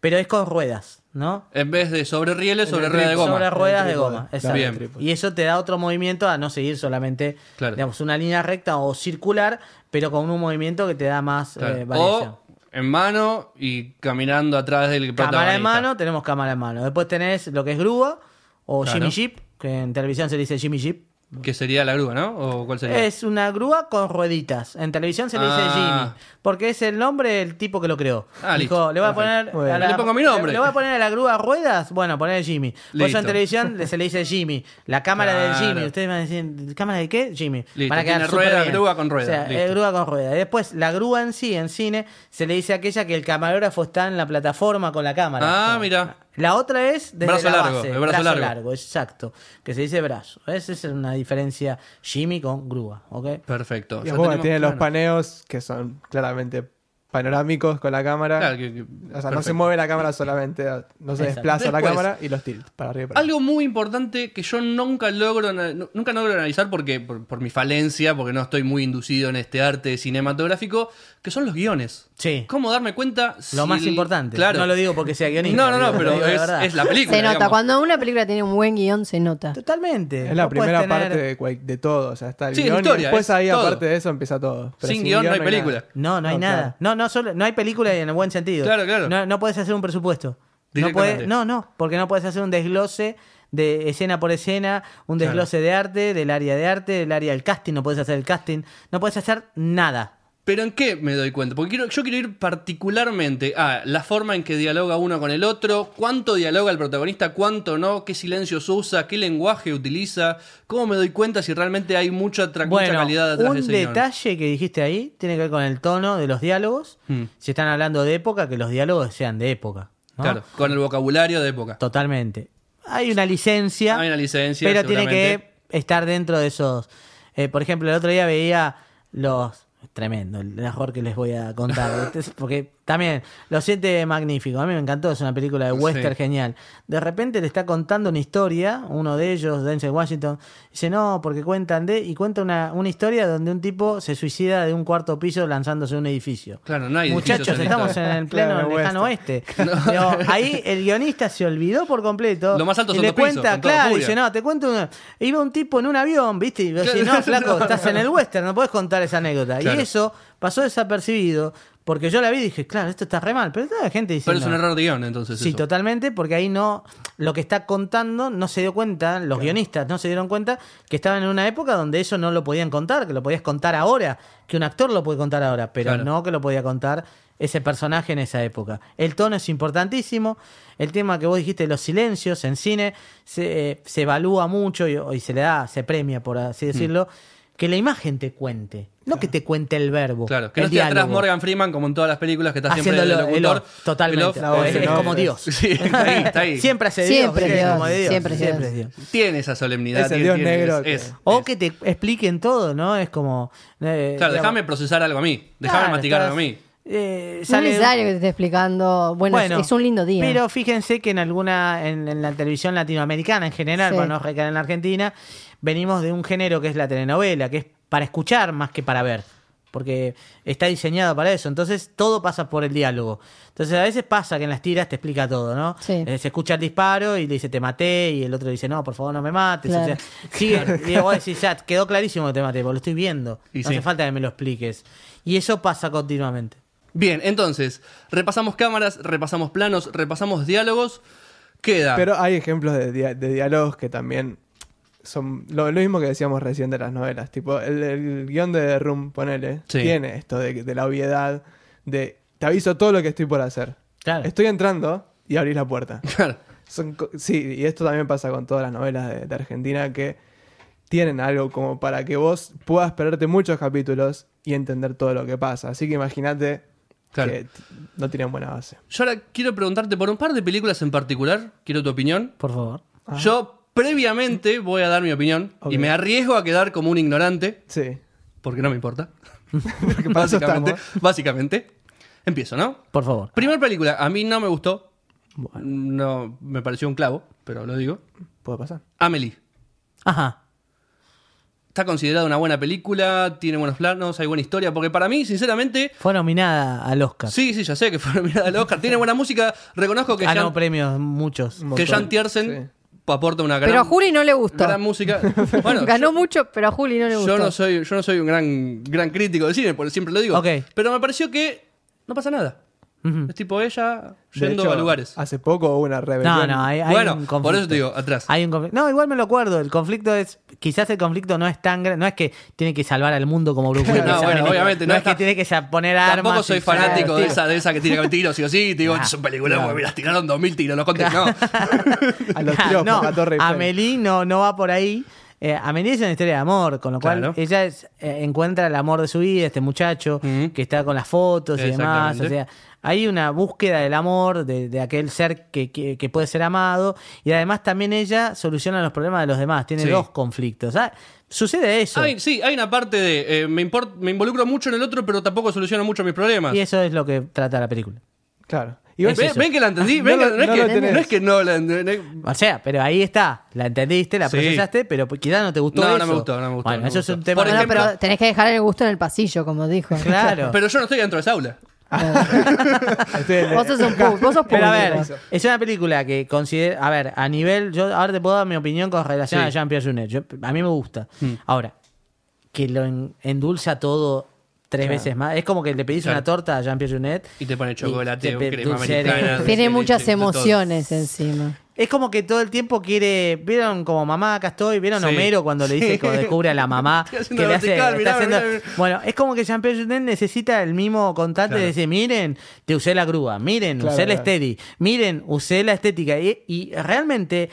[SPEAKER 6] pero es con ruedas, ¿no?
[SPEAKER 3] En vez de sobre rieles, sobre rueda de goma.
[SPEAKER 6] Sobre ruedas de
[SPEAKER 5] trípode.
[SPEAKER 6] goma, exacto.
[SPEAKER 3] Bien.
[SPEAKER 5] Trípode.
[SPEAKER 6] Y eso te da otro movimiento a no seguir solamente,
[SPEAKER 3] Claro.
[SPEAKER 6] digamos, una línea recta o circular, pero con un movimiento que te da más
[SPEAKER 3] Claro.
[SPEAKER 6] eh, variación.
[SPEAKER 3] o en mano y caminando atrás del
[SPEAKER 6] Cámara en
[SPEAKER 3] protagonista.
[SPEAKER 6] mano, tenemos cámara en mano. Después tenés lo que es grúa o
[SPEAKER 3] Claro.
[SPEAKER 6] Jimmy Jeep, que en televisión se le dice Jimmy Jeep.
[SPEAKER 3] Que sería la grúa, ¿no? ¿O cuál sería?
[SPEAKER 6] Es una grúa con rueditas. En televisión se le dice
[SPEAKER 3] Ah.
[SPEAKER 6] Jimmy. Porque es el nombre del tipo que lo creó.
[SPEAKER 3] Ah,
[SPEAKER 6] Dijo,
[SPEAKER 3] listo.
[SPEAKER 6] le voy
[SPEAKER 5] Perfecto.
[SPEAKER 6] a poner.
[SPEAKER 5] Muy bien.
[SPEAKER 6] a la-
[SPEAKER 3] Le pongo mi nombre.
[SPEAKER 6] Le, voy a poner a la grúa ruedas. Bueno, poner Jimmy. Por eso
[SPEAKER 3] Listo.
[SPEAKER 6] en televisión le- se le dice Jimmy. La cámara
[SPEAKER 3] Claro.
[SPEAKER 6] del Jimmy. Ustedes van a decir, ¿cámara de qué? Jimmy.
[SPEAKER 3] Listo,
[SPEAKER 6] Van a quedar
[SPEAKER 3] tiene
[SPEAKER 6] súper
[SPEAKER 3] rueda,
[SPEAKER 6] bien.
[SPEAKER 3] grúa con rueda.
[SPEAKER 6] O sea,
[SPEAKER 3] Listo.
[SPEAKER 6] eh, grúa con rueda. Y después, la grúa en sí, en cine, se le dice a aquella que el camarógrafo está en la plataforma con la cámara.
[SPEAKER 3] Ah,
[SPEAKER 6] O sea,
[SPEAKER 3] mira.
[SPEAKER 6] La otra es desde
[SPEAKER 3] Brazo
[SPEAKER 6] la
[SPEAKER 3] largo,
[SPEAKER 6] base,
[SPEAKER 3] el brazo largo.
[SPEAKER 6] exacto. Que se dice brazo. Esa es una diferencia Jimmy con grúa, ¿ok?
[SPEAKER 3] Perfecto.
[SPEAKER 5] Y
[SPEAKER 3] Ya
[SPEAKER 5] después, bueno,
[SPEAKER 3] tenemos-
[SPEAKER 5] tiene los
[SPEAKER 3] bueno,
[SPEAKER 5] paneos que son claramente panorámicos con la cámara.
[SPEAKER 3] claro que- que-
[SPEAKER 5] O sea, no se
[SPEAKER 3] perfecto.
[SPEAKER 5] mueve la cámara solamente, no se
[SPEAKER 6] Exacto.
[SPEAKER 5] desplaza la
[SPEAKER 3] Después-
[SPEAKER 5] cámara y los tilt para arriba. y para abajo.
[SPEAKER 3] Algo muy importante que yo nunca logro, ana- nu- nunca logro analizar porque, por, por mi falencia, porque no estoy muy inducido en este arte cinematográfico, que son los guiones.
[SPEAKER 6] Sí.
[SPEAKER 3] ¿Cómo darme cuenta? si
[SPEAKER 6] Lo más
[SPEAKER 3] el-
[SPEAKER 6] importante.
[SPEAKER 3] Claro.
[SPEAKER 6] No lo digo porque sea guionista.
[SPEAKER 3] No, no, no,
[SPEAKER 6] digo-
[SPEAKER 3] pero
[SPEAKER 6] digo
[SPEAKER 3] es,
[SPEAKER 6] verdad.
[SPEAKER 3] es la película.
[SPEAKER 4] Se nota,
[SPEAKER 3] digamos.
[SPEAKER 4] cuando una película tiene un buen guión, se nota.
[SPEAKER 6] Totalmente.
[SPEAKER 5] Es la
[SPEAKER 6] Vos podés
[SPEAKER 5] primera
[SPEAKER 6] tener-
[SPEAKER 5] parte de, cual- de todo. O sea, está el
[SPEAKER 3] Sí, la
[SPEAKER 5] guión
[SPEAKER 3] historia,
[SPEAKER 5] y después
[SPEAKER 3] es
[SPEAKER 5] ahí,
[SPEAKER 3] todo.
[SPEAKER 5] aparte de eso, empieza todo. Pero
[SPEAKER 3] Sin guión no hay
[SPEAKER 5] nada.
[SPEAKER 3] película.
[SPEAKER 6] No, no hay
[SPEAKER 5] No,
[SPEAKER 6] nada.
[SPEAKER 5] claro.
[SPEAKER 6] No, no solo, no hay película en el buen sentido.
[SPEAKER 3] Claro, claro.
[SPEAKER 6] No, no puedes hacer un presupuesto. No,
[SPEAKER 3] Directamente.
[SPEAKER 6] podés- no, no, porque no puedes hacer un desglose de escena por escena, un
[SPEAKER 3] Claro.
[SPEAKER 6] desglose de arte, del área de arte, del área del casting, no puedes hacer el casting, no puedes hacer nada.
[SPEAKER 3] Pero ¿en qué me doy cuenta? Porque quiero, yo quiero ir particularmente a la forma en que dialoga uno con el otro, cuánto dialoga el protagonista, cuánto no, qué silencios usa, qué lenguaje utiliza, cómo me doy cuenta si realmente hay mucha, tra- mucha
[SPEAKER 6] Bueno,
[SPEAKER 3] calidad detrás
[SPEAKER 6] un
[SPEAKER 3] de ese guión.
[SPEAKER 6] detalle que dijiste ahí tiene que ver con el tono de los diálogos.
[SPEAKER 3] Hmm.
[SPEAKER 6] Si están hablando de época, que los diálogos sean de época. ¿no?
[SPEAKER 3] Claro, con el vocabulario de época.
[SPEAKER 6] Totalmente. Hay una licencia.
[SPEAKER 3] Hay una licencia,
[SPEAKER 6] Pero tiene que
[SPEAKER 3] seguramente.
[SPEAKER 6] estar dentro de esos. eh, por ejemplo, el otro día veía los. es Tremendo, el error que les voy a contar. Este es- Porque también, Los Siete Magníficos, a mí me encantó, es una película de
[SPEAKER 3] Sí.
[SPEAKER 6] western genial. De repente le está contando una historia, uno de ellos, Denzel Washington, dice no, porque cuentan de. Y cuenta una, una historia donde un tipo se suicida de un cuarto piso lanzándose de un edificio.
[SPEAKER 3] Claro, no hay edificios
[SPEAKER 6] Muchachos,
[SPEAKER 3] en
[SPEAKER 6] estamos
[SPEAKER 3] esta-
[SPEAKER 6] en el pleno
[SPEAKER 5] Claro,
[SPEAKER 6] lejano oeste. Pero ahí el guionista se olvidó por completo.
[SPEAKER 3] Lo más alto
[SPEAKER 6] y
[SPEAKER 3] son
[SPEAKER 6] le
[SPEAKER 3] dos pisos,
[SPEAKER 6] cuenta,
[SPEAKER 3] con toda
[SPEAKER 6] claro,
[SPEAKER 3] furia.
[SPEAKER 6] dice, no, te cuento, una- iba un tipo en un avión, ¿viste? Y yo decía,
[SPEAKER 3] Claro.
[SPEAKER 6] no, flaco, estás en el western, no podés contar esa anécdota.
[SPEAKER 3] Claro.
[SPEAKER 6] Y eso pasó desapercibido porque yo la vi y dije, claro, esto está re mal, pero estaba gente
[SPEAKER 3] Pero
[SPEAKER 6] diciendo...
[SPEAKER 3] es un error de guión, entonces.
[SPEAKER 6] Sí,
[SPEAKER 3] eso.
[SPEAKER 6] totalmente, porque ahí no. Lo que está contando no se dio cuenta, los guionistas no se dieron cuenta que estaban en una época donde eso no lo podían contar, que lo podías contar ahora, que un actor lo puede contar ahora, pero
[SPEAKER 3] Claro.
[SPEAKER 6] no que lo podía contar ese personaje en esa época. El tono es importantísimo, el tema que vos dijiste, los silencios en cine, se, eh, se evalúa mucho y, y se le da, se premia, por así
[SPEAKER 3] Mm.
[SPEAKER 6] decirlo, que la imagen te cuente, no que te cuente el verbo.
[SPEAKER 3] Claro, que
[SPEAKER 6] el
[SPEAKER 3] no esté atrás
[SPEAKER 6] diálogo.
[SPEAKER 3] Morgan Freeman como en todas las películas que está siempre el
[SPEAKER 6] Haciéndolo, el
[SPEAKER 3] locutor.
[SPEAKER 6] off, totalmente.
[SPEAKER 3] El off,
[SPEAKER 6] La voz,
[SPEAKER 3] eh,
[SPEAKER 6] es como Dios.
[SPEAKER 3] Sí, está ahí, está ahí.
[SPEAKER 6] Siempre hace
[SPEAKER 4] Siempre
[SPEAKER 6] Dios,
[SPEAKER 4] es Dios,
[SPEAKER 6] como de
[SPEAKER 4] siempre es
[SPEAKER 6] es Dios.
[SPEAKER 3] Tiene esa solemnidad.
[SPEAKER 5] Ese
[SPEAKER 3] tiene-
[SPEAKER 5] Dios
[SPEAKER 3] tiene-
[SPEAKER 5] negro que-
[SPEAKER 3] es-
[SPEAKER 6] O
[SPEAKER 3] es-
[SPEAKER 6] que te expliquen todo, ¿no? Es como. eh,
[SPEAKER 3] Claro,
[SPEAKER 6] digamos,
[SPEAKER 3] déjame procesar algo a mí. Déjame
[SPEAKER 6] claro,
[SPEAKER 3] masticar algo a
[SPEAKER 6] estás,
[SPEAKER 3] mí.
[SPEAKER 6] eh,
[SPEAKER 4] No es
[SPEAKER 6] sale-
[SPEAKER 4] necesario que te esté explicando. Bueno, es- es un lindo día.
[SPEAKER 6] Pero fíjense que en alguna, en, en la televisión latinoamericana en general,
[SPEAKER 4] Sí.
[SPEAKER 6] para no recaer en la Argentina, venimos de un género que es la telenovela, que es para escuchar más que para ver. Porque está diseñado para eso. Entonces todo pasa por el diálogo. Entonces a veces pasa que en las tiras te explica todo, ¿no?
[SPEAKER 4] Sí.
[SPEAKER 6] Eh, se escucha el disparo y le dice te maté y el otro dice no, por favor no me mates.
[SPEAKER 4] Claro.
[SPEAKER 6] O sea, sigue, y vos decís, ya, quedó clarísimo que te maté, porque lo estoy viendo.
[SPEAKER 3] Y
[SPEAKER 6] no
[SPEAKER 3] sí.
[SPEAKER 6] hace falta que me lo expliques. Y eso pasa continuamente.
[SPEAKER 3] Bien, entonces, repasamos cámaras, repasamos planos, repasamos diálogos. Queda.
[SPEAKER 5] Pero hay ejemplos de, dia- de diálogos que también son lo, lo mismo que decíamos recién de las novelas. Tipo, el, el guión de The Room, ponele,
[SPEAKER 3] Sí.
[SPEAKER 5] tiene esto de, de la obviedad, de te aviso todo lo que estoy por hacer.
[SPEAKER 6] Claro.
[SPEAKER 5] Estoy entrando y abrís la puerta.
[SPEAKER 3] Claro.
[SPEAKER 5] Son co- sí, y esto también pasa con todas las novelas de, de Argentina que tienen algo como para que vos puedas perderte muchos capítulos y entender todo lo que pasa. Así que imagínate
[SPEAKER 3] Claro.
[SPEAKER 5] que t- no tienen buena base.
[SPEAKER 3] Yo ahora quiero preguntarte por un par de películas en particular. Quiero tu opinión.
[SPEAKER 6] Por favor.
[SPEAKER 3] Yo previamente voy a dar mi opinión
[SPEAKER 5] Ok.
[SPEAKER 3] y me arriesgo a quedar como un ignorante,
[SPEAKER 5] Sí.
[SPEAKER 3] porque no me importa.
[SPEAKER 5] Porque para eso
[SPEAKER 3] básicamente,
[SPEAKER 5] estamos.
[SPEAKER 3] básicamente. Empiezo, ¿no?
[SPEAKER 6] Por favor.
[SPEAKER 3] Primera película, a mí no me gustó. No, me pareció un clavo, pero lo digo.
[SPEAKER 5] Puede pasar.
[SPEAKER 3] Amelie.
[SPEAKER 6] Ajá.
[SPEAKER 3] Está considerada una buena película, tiene buenos planos, hay buena historia, porque para mí, sinceramente,
[SPEAKER 6] Fue nominada al Oscar.
[SPEAKER 3] sí, sí, ya sé que fue nominada al Oscar, tiene buena música, reconozco que,
[SPEAKER 6] Ganó
[SPEAKER 3] Jean,
[SPEAKER 6] Ah, premios muchos.
[SPEAKER 5] Un
[SPEAKER 3] que
[SPEAKER 5] montón.
[SPEAKER 3] Jean Tiersen aporta una gran,
[SPEAKER 4] Pero a Juli no le gustó.
[SPEAKER 3] gran música. Bueno,
[SPEAKER 4] Ganó mucho, pero a Juli no le
[SPEAKER 3] yo,
[SPEAKER 4] gustó.
[SPEAKER 3] yo no soy, yo no soy un gran, gran crítico de cine, porque siempre lo digo,
[SPEAKER 6] Ok.
[SPEAKER 3] pero me pareció que no pasa nada. Es tipo ella
[SPEAKER 5] De
[SPEAKER 3] yendo
[SPEAKER 5] hecho,
[SPEAKER 3] a lugares.
[SPEAKER 5] Hace poco hubo una
[SPEAKER 6] No,
[SPEAKER 5] rebelión.
[SPEAKER 6] no, hay, hay
[SPEAKER 3] bueno,
[SPEAKER 6] un conflicto.
[SPEAKER 3] por eso te digo, atrás.
[SPEAKER 6] Hay un conflicto. No, igual me lo acuerdo. El conflicto es. Quizás el conflicto no es tan grande. No es que tiene que salvar al mundo como Bruce Willis.
[SPEAKER 3] No,
[SPEAKER 6] ¿saben?
[SPEAKER 3] bueno, obviamente, no
[SPEAKER 6] es
[SPEAKER 3] está-
[SPEAKER 6] que tiene que sa- poner armas.
[SPEAKER 3] Tampoco
[SPEAKER 6] y
[SPEAKER 3] soy
[SPEAKER 6] sacar
[SPEAKER 3] fanático de
[SPEAKER 6] tiros.
[SPEAKER 3] esa, de esa que tira tiros, sí o sí. Te digo,
[SPEAKER 6] Nah,
[SPEAKER 3] es un peliculón, güey, me las tiraron 2000 tiros, los conté. No.
[SPEAKER 5] A los tiros
[SPEAKER 6] Ah, no,
[SPEAKER 5] por la Torre Eiffel.
[SPEAKER 6] Amelie no, no va por ahí. Eh, Amelie es una historia de amor, con lo cual
[SPEAKER 3] Claro.
[SPEAKER 6] ella es- eh, encuentra el amor de su vida, este muchacho
[SPEAKER 3] Mm.
[SPEAKER 6] que está con las fotos y demás.
[SPEAKER 3] Exactamente.
[SPEAKER 6] O sea, hay una búsqueda del amor, de, de aquel ser que, que- que puede ser amado. Y además también ella soluciona los problemas de los demás. Tiene
[SPEAKER 3] Sí.
[SPEAKER 6] dos conflictos. Ah, Sucede eso.
[SPEAKER 3] Hay- sí, hay una parte de eh, me, import- me involucro mucho en el otro, pero tampoco soluciono mucho mis problemas.
[SPEAKER 6] Y eso es lo que trata la película.
[SPEAKER 5] Claro. Y
[SPEAKER 3] ¿Ven,
[SPEAKER 5] vos-
[SPEAKER 3] ven- ven que la
[SPEAKER 6] Ah,
[SPEAKER 3] entendí?
[SPEAKER 5] No
[SPEAKER 3] Ven
[SPEAKER 5] lo-
[SPEAKER 3] que- no,
[SPEAKER 5] no lo
[SPEAKER 3] es que,
[SPEAKER 5] tenés.
[SPEAKER 3] no es que no la entendí.
[SPEAKER 6] O sea, pero ahí está. La entendiste, la
[SPEAKER 3] Sí.
[SPEAKER 6] procesaste, pero quizás no te gustó.
[SPEAKER 3] No, no
[SPEAKER 6] eso.
[SPEAKER 3] me gustó, no me gustó,
[SPEAKER 6] Bueno,
[SPEAKER 3] no me
[SPEAKER 6] eso es
[SPEAKER 3] gustó.
[SPEAKER 6] un tema.
[SPEAKER 3] Por
[SPEAKER 4] Bueno,
[SPEAKER 3] ejemplo-
[SPEAKER 4] pero tenés que dejar el gusto en el pasillo, como dijo.
[SPEAKER 6] Claro.
[SPEAKER 3] Pero yo no estoy dentro de esa aula.
[SPEAKER 5] ustedes le-
[SPEAKER 4] Vos sos un pu- vos sos
[SPEAKER 6] Pero a ver,
[SPEAKER 4] público.
[SPEAKER 6] es una película que considero. A ver, a nivel. Yo ahora te puedo dar mi opinión con relación
[SPEAKER 3] Sí. Mm.
[SPEAKER 6] a Jean-Pierre Junet. Yo- A mí me gusta. Ahora, que lo en- endulza todo tres veces más. Es como que le pedís
[SPEAKER 3] Claro.
[SPEAKER 6] una torta a Jean-Pierre Junet.
[SPEAKER 3] Y te pone chocolate,
[SPEAKER 6] te pe-
[SPEAKER 3] crema
[SPEAKER 6] dulce de
[SPEAKER 3] americana.
[SPEAKER 6] leche.
[SPEAKER 4] Tiene muchas
[SPEAKER 3] de todo.
[SPEAKER 4] emociones encima.
[SPEAKER 6] Es como que todo el tiempo quiere. ¿Vieron como mamá acá estoy? ¿Vieron
[SPEAKER 3] Sí.
[SPEAKER 6] Homero cuando le dice
[SPEAKER 3] Sí.
[SPEAKER 6] que descubre a la mamá?
[SPEAKER 3] Estoy haciendo
[SPEAKER 6] que le hace,
[SPEAKER 3] vertical,
[SPEAKER 6] está
[SPEAKER 3] mirá,
[SPEAKER 6] haciendo-
[SPEAKER 3] mirá, mirá.
[SPEAKER 6] Bueno, es como que Jean-Pierre Junet necesita el mismo constante
[SPEAKER 3] Claro.
[SPEAKER 6] de decir: Miren, te usé la grúa, miren,
[SPEAKER 5] Claro,
[SPEAKER 6] usé la
[SPEAKER 5] claro.
[SPEAKER 6] steady, miren, usé la estética. Y, y realmente.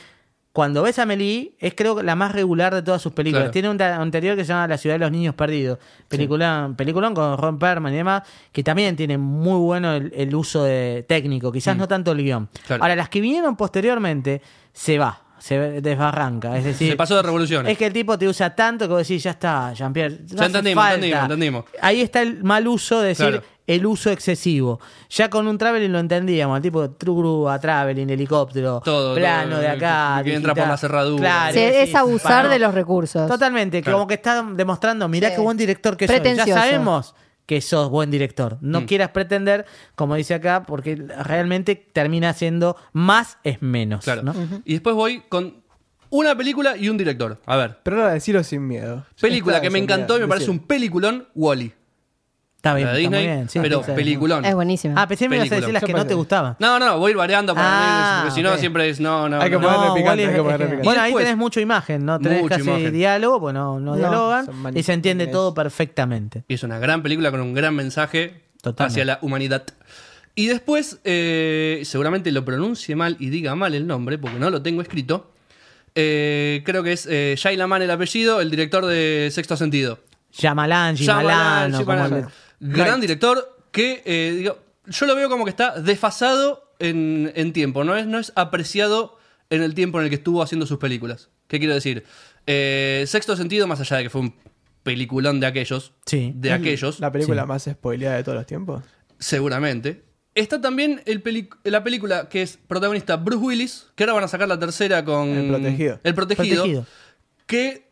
[SPEAKER 6] Cuando ves a Melie, es creo que la más regular de todas sus películas.
[SPEAKER 3] Claro.
[SPEAKER 6] Tiene un ta- anterior que se llama La ciudad de los niños perdidos. Peliculón, peliculón con Ron Perlman y demás, que también tiene muy bueno el, el uso de técnico, quizás no tanto el guión.
[SPEAKER 3] Mm. Claro.
[SPEAKER 6] Ahora, las que vinieron posteriormente, se va, se desbarranca. Es decir,
[SPEAKER 3] Se pasó de revoluciones.
[SPEAKER 6] es que el tipo te usa tanto que vos decís, ya está, Jean-Pierre. no
[SPEAKER 3] Ya
[SPEAKER 6] hace
[SPEAKER 3] entendimos,
[SPEAKER 6] falta".
[SPEAKER 3] entendimos, entendimos.
[SPEAKER 6] Ahí está el mal uso de decir
[SPEAKER 3] Claro.
[SPEAKER 6] el uso excesivo. Ya con un traveling lo entendíamos, el tipo true grúa, traveling, helicóptero,
[SPEAKER 3] Todo,
[SPEAKER 6] plano
[SPEAKER 3] todo,
[SPEAKER 6] de acá.
[SPEAKER 3] que entra
[SPEAKER 6] digital.
[SPEAKER 3] por la cerradura.
[SPEAKER 6] Claro,
[SPEAKER 4] Sí, es
[SPEAKER 6] decís,
[SPEAKER 4] abusar
[SPEAKER 6] pará.
[SPEAKER 4] de los recursos.
[SPEAKER 6] Totalmente, que
[SPEAKER 3] Claro.
[SPEAKER 6] como que está demostrando, mirá
[SPEAKER 4] Sí.
[SPEAKER 6] qué buen director que sos. Ya
[SPEAKER 4] Pretencioso.
[SPEAKER 6] sabemos que sos buen director. No
[SPEAKER 3] Mm.
[SPEAKER 6] quieras pretender, como dice acá, porque realmente termina siendo más es menos.
[SPEAKER 3] Claro.
[SPEAKER 6] ¿no?
[SPEAKER 3] Y después voy con una película y un director. A ver.
[SPEAKER 5] Pero no, decirlo sin miedo.
[SPEAKER 3] Película
[SPEAKER 5] Está,
[SPEAKER 3] que me
[SPEAKER 5] sin
[SPEAKER 3] encantó y me
[SPEAKER 5] miedo,
[SPEAKER 3] parece
[SPEAKER 5] decilo.
[SPEAKER 3] un peliculón, Wally.
[SPEAKER 6] Está bien,
[SPEAKER 3] la de
[SPEAKER 6] está muy
[SPEAKER 3] Disney,
[SPEAKER 6] bien, sí,
[SPEAKER 3] pero
[SPEAKER 6] Pixar.
[SPEAKER 3] peliculón.
[SPEAKER 4] Es buenísima.
[SPEAKER 6] Ah, pensé que me ibas a decir
[SPEAKER 3] Peliculón.
[SPEAKER 6] las que no te gustaban.
[SPEAKER 3] No, no, voy a ir variando para
[SPEAKER 6] Ah,
[SPEAKER 3] mí, porque si no
[SPEAKER 6] ok.
[SPEAKER 3] siempre es no, no.
[SPEAKER 5] Hay que
[SPEAKER 3] no.
[SPEAKER 5] ponerle picante,
[SPEAKER 6] igual
[SPEAKER 5] hay que ponerle
[SPEAKER 6] es
[SPEAKER 5] picante.
[SPEAKER 6] Bueno, ahí
[SPEAKER 3] Después-
[SPEAKER 6] tenés mucha imagen, ¿no? Tenés
[SPEAKER 3] Mucha
[SPEAKER 6] casi
[SPEAKER 3] imagen.
[SPEAKER 6] diálogo, pues no, no
[SPEAKER 5] No,
[SPEAKER 6] dialogan
[SPEAKER 5] son mani-
[SPEAKER 6] y se entiende
[SPEAKER 5] es-
[SPEAKER 6] todo perfectamente.
[SPEAKER 3] Y es una gran película con un gran mensaje
[SPEAKER 6] Totalmente.
[SPEAKER 3] hacia la humanidad. Y después, eh, seguramente lo pronuncie mal y diga mal el nombre, porque no lo tengo escrito. Eh, creo que es eh, Shyamalan el apellido, el director de Sexto Sentido.
[SPEAKER 6] Yamalan,
[SPEAKER 3] Shyamalan,
[SPEAKER 6] Yimalan, o como
[SPEAKER 3] Shyamalan.
[SPEAKER 6] le-
[SPEAKER 3] Gran director que, eh, digo, yo lo veo como que está desfasado en, en tiempo, no es, no es apreciado en el tiempo en el que estuvo haciendo sus películas. ¿Qué quiero decir? Eh, Sexto Sentido, más allá de que fue un peliculón de aquellos,
[SPEAKER 6] Sí.
[SPEAKER 3] de aquellos,
[SPEAKER 5] La película
[SPEAKER 6] Mm. Sí.
[SPEAKER 5] más spoileada de todos los tiempos.
[SPEAKER 3] seguramente. Está también el peli- la película que es protagonista Bruce Willis, que ahora van a sacar la tercera con...
[SPEAKER 5] El Protegido.
[SPEAKER 3] El Protegido.
[SPEAKER 6] Protegido.
[SPEAKER 3] Que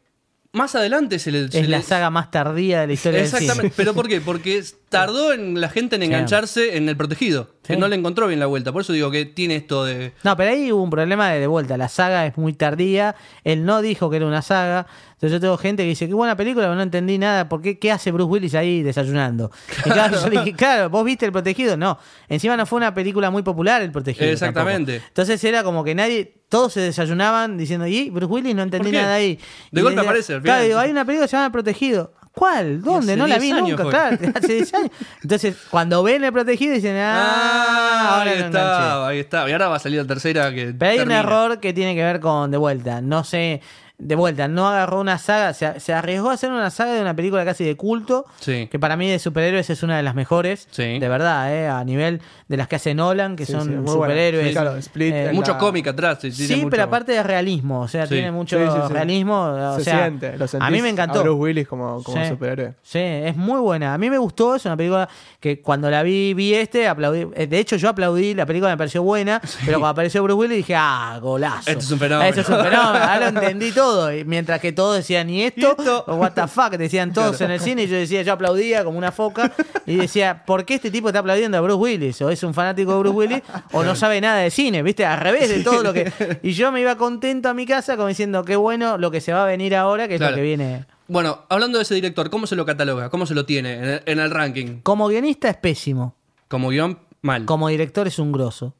[SPEAKER 3] más adelante se le... se
[SPEAKER 6] Es la
[SPEAKER 3] le-
[SPEAKER 6] saga más tardía de la historia del cine.
[SPEAKER 3] Exactamente. ¿Pero por qué? Porque s- tardó en la gente en engancharse en el protegido. Que
[SPEAKER 6] Sí.
[SPEAKER 3] no le encontró bien la vuelta. Por eso digo que tiene esto de.
[SPEAKER 6] No, pero ahí hubo un problema de, de vuelta. La saga es muy tardía. Él no dijo que era una saga. Entonces yo tengo gente que dice, qué buena película, pero no entendí nada. ¿Por qué, ¿Qué hace Bruce Willis ahí desayunando? Y claro, yo le dije, claro, ¿vos viste El Protegido? No. Encima no fue una película muy popular El Protegido.
[SPEAKER 3] Exactamente.
[SPEAKER 6] tampoco. Entonces era como que nadie... Todos se desayunaban diciendo, y Bruce Willis no entendí
[SPEAKER 3] qué?
[SPEAKER 6] nada ahí.
[SPEAKER 3] De
[SPEAKER 6] Y
[SPEAKER 3] golpe
[SPEAKER 6] decía,
[SPEAKER 3] aparece, al
[SPEAKER 6] Claro,
[SPEAKER 3] final".
[SPEAKER 6] digo, hay una película que se llama El Protegido. ¿Cuál? ¿Dónde?
[SPEAKER 3] hace
[SPEAKER 6] No la
[SPEAKER 3] 10
[SPEAKER 6] vi
[SPEAKER 3] años
[SPEAKER 6] nunca,
[SPEAKER 3] fue.
[SPEAKER 6] claro. Hace 10 años. Entonces, cuando ven El Protegido dicen, ah, ahora
[SPEAKER 3] ahí
[SPEAKER 6] lo enganché".
[SPEAKER 3] está, ahí está. Y ahora va a salir la tercera que.
[SPEAKER 6] Pero hay
[SPEAKER 3] termina.
[SPEAKER 6] un error que tiene que ver con De Vuelta. No sé, De Vuelta, no agarró una saga, se, se arriesgó a hacer una saga de una película casi de culto,
[SPEAKER 3] Sí.
[SPEAKER 6] que para mí de superhéroes es una de las mejores,
[SPEAKER 3] Sí.
[SPEAKER 6] de verdad, eh, a nivel de las que hace Nolan, que
[SPEAKER 5] Sí,
[SPEAKER 6] son
[SPEAKER 5] sí, muy buena.
[SPEAKER 6] superhéroes.
[SPEAKER 5] Sí, claro, Split,
[SPEAKER 6] eh,
[SPEAKER 5] en
[SPEAKER 3] Mucho
[SPEAKER 5] la-
[SPEAKER 3] cómic atrás. sí, tiene
[SPEAKER 6] Sí,
[SPEAKER 3] mucho-
[SPEAKER 6] pero aparte de realismo, o sea,
[SPEAKER 3] Sí.
[SPEAKER 6] tiene mucho
[SPEAKER 5] Sí, sí, sí.
[SPEAKER 6] realismo. O
[SPEAKER 5] Se
[SPEAKER 6] sea,
[SPEAKER 5] siente, lo sentís
[SPEAKER 6] a mí me
[SPEAKER 5] A
[SPEAKER 6] encantó.
[SPEAKER 5] Bruce Willis como, como
[SPEAKER 6] Sí.
[SPEAKER 5] superhéroe.
[SPEAKER 6] Sí, es muy buena. A mí me gustó, es una película que cuando la vi, vi este, aplaudí. Eh, De hecho, yo aplaudí, la película me pareció buena, pero cuando apareció Bruce Willis dije, ah, golazo.
[SPEAKER 3] Esto es un fenómeno.
[SPEAKER 6] Esto es un fenómeno, ahora lo entendí todo. Y mientras que todos decían, ¿y esto? O what the fuck, decían todos en el cine, y yo decía, yo aplaudía como una foca, y decía, ¿por qué este tipo está aplaudiendo a Bruce Willis? O es un fanático de Bruce Willis, o no sabe nada de cine, ¿viste? Al revés de todo lo que. Y yo me iba contento a mi casa, como diciendo, qué bueno lo que se va a venir ahora, que es
[SPEAKER 3] Claro.
[SPEAKER 6] lo que viene.
[SPEAKER 3] Bueno, hablando de ese director, ¿cómo se lo cataloga? ¿Cómo se lo tiene en el, en el ranking?
[SPEAKER 6] Como guionista es pésimo.
[SPEAKER 3] Como guión, mal.
[SPEAKER 6] Como director es un grosso.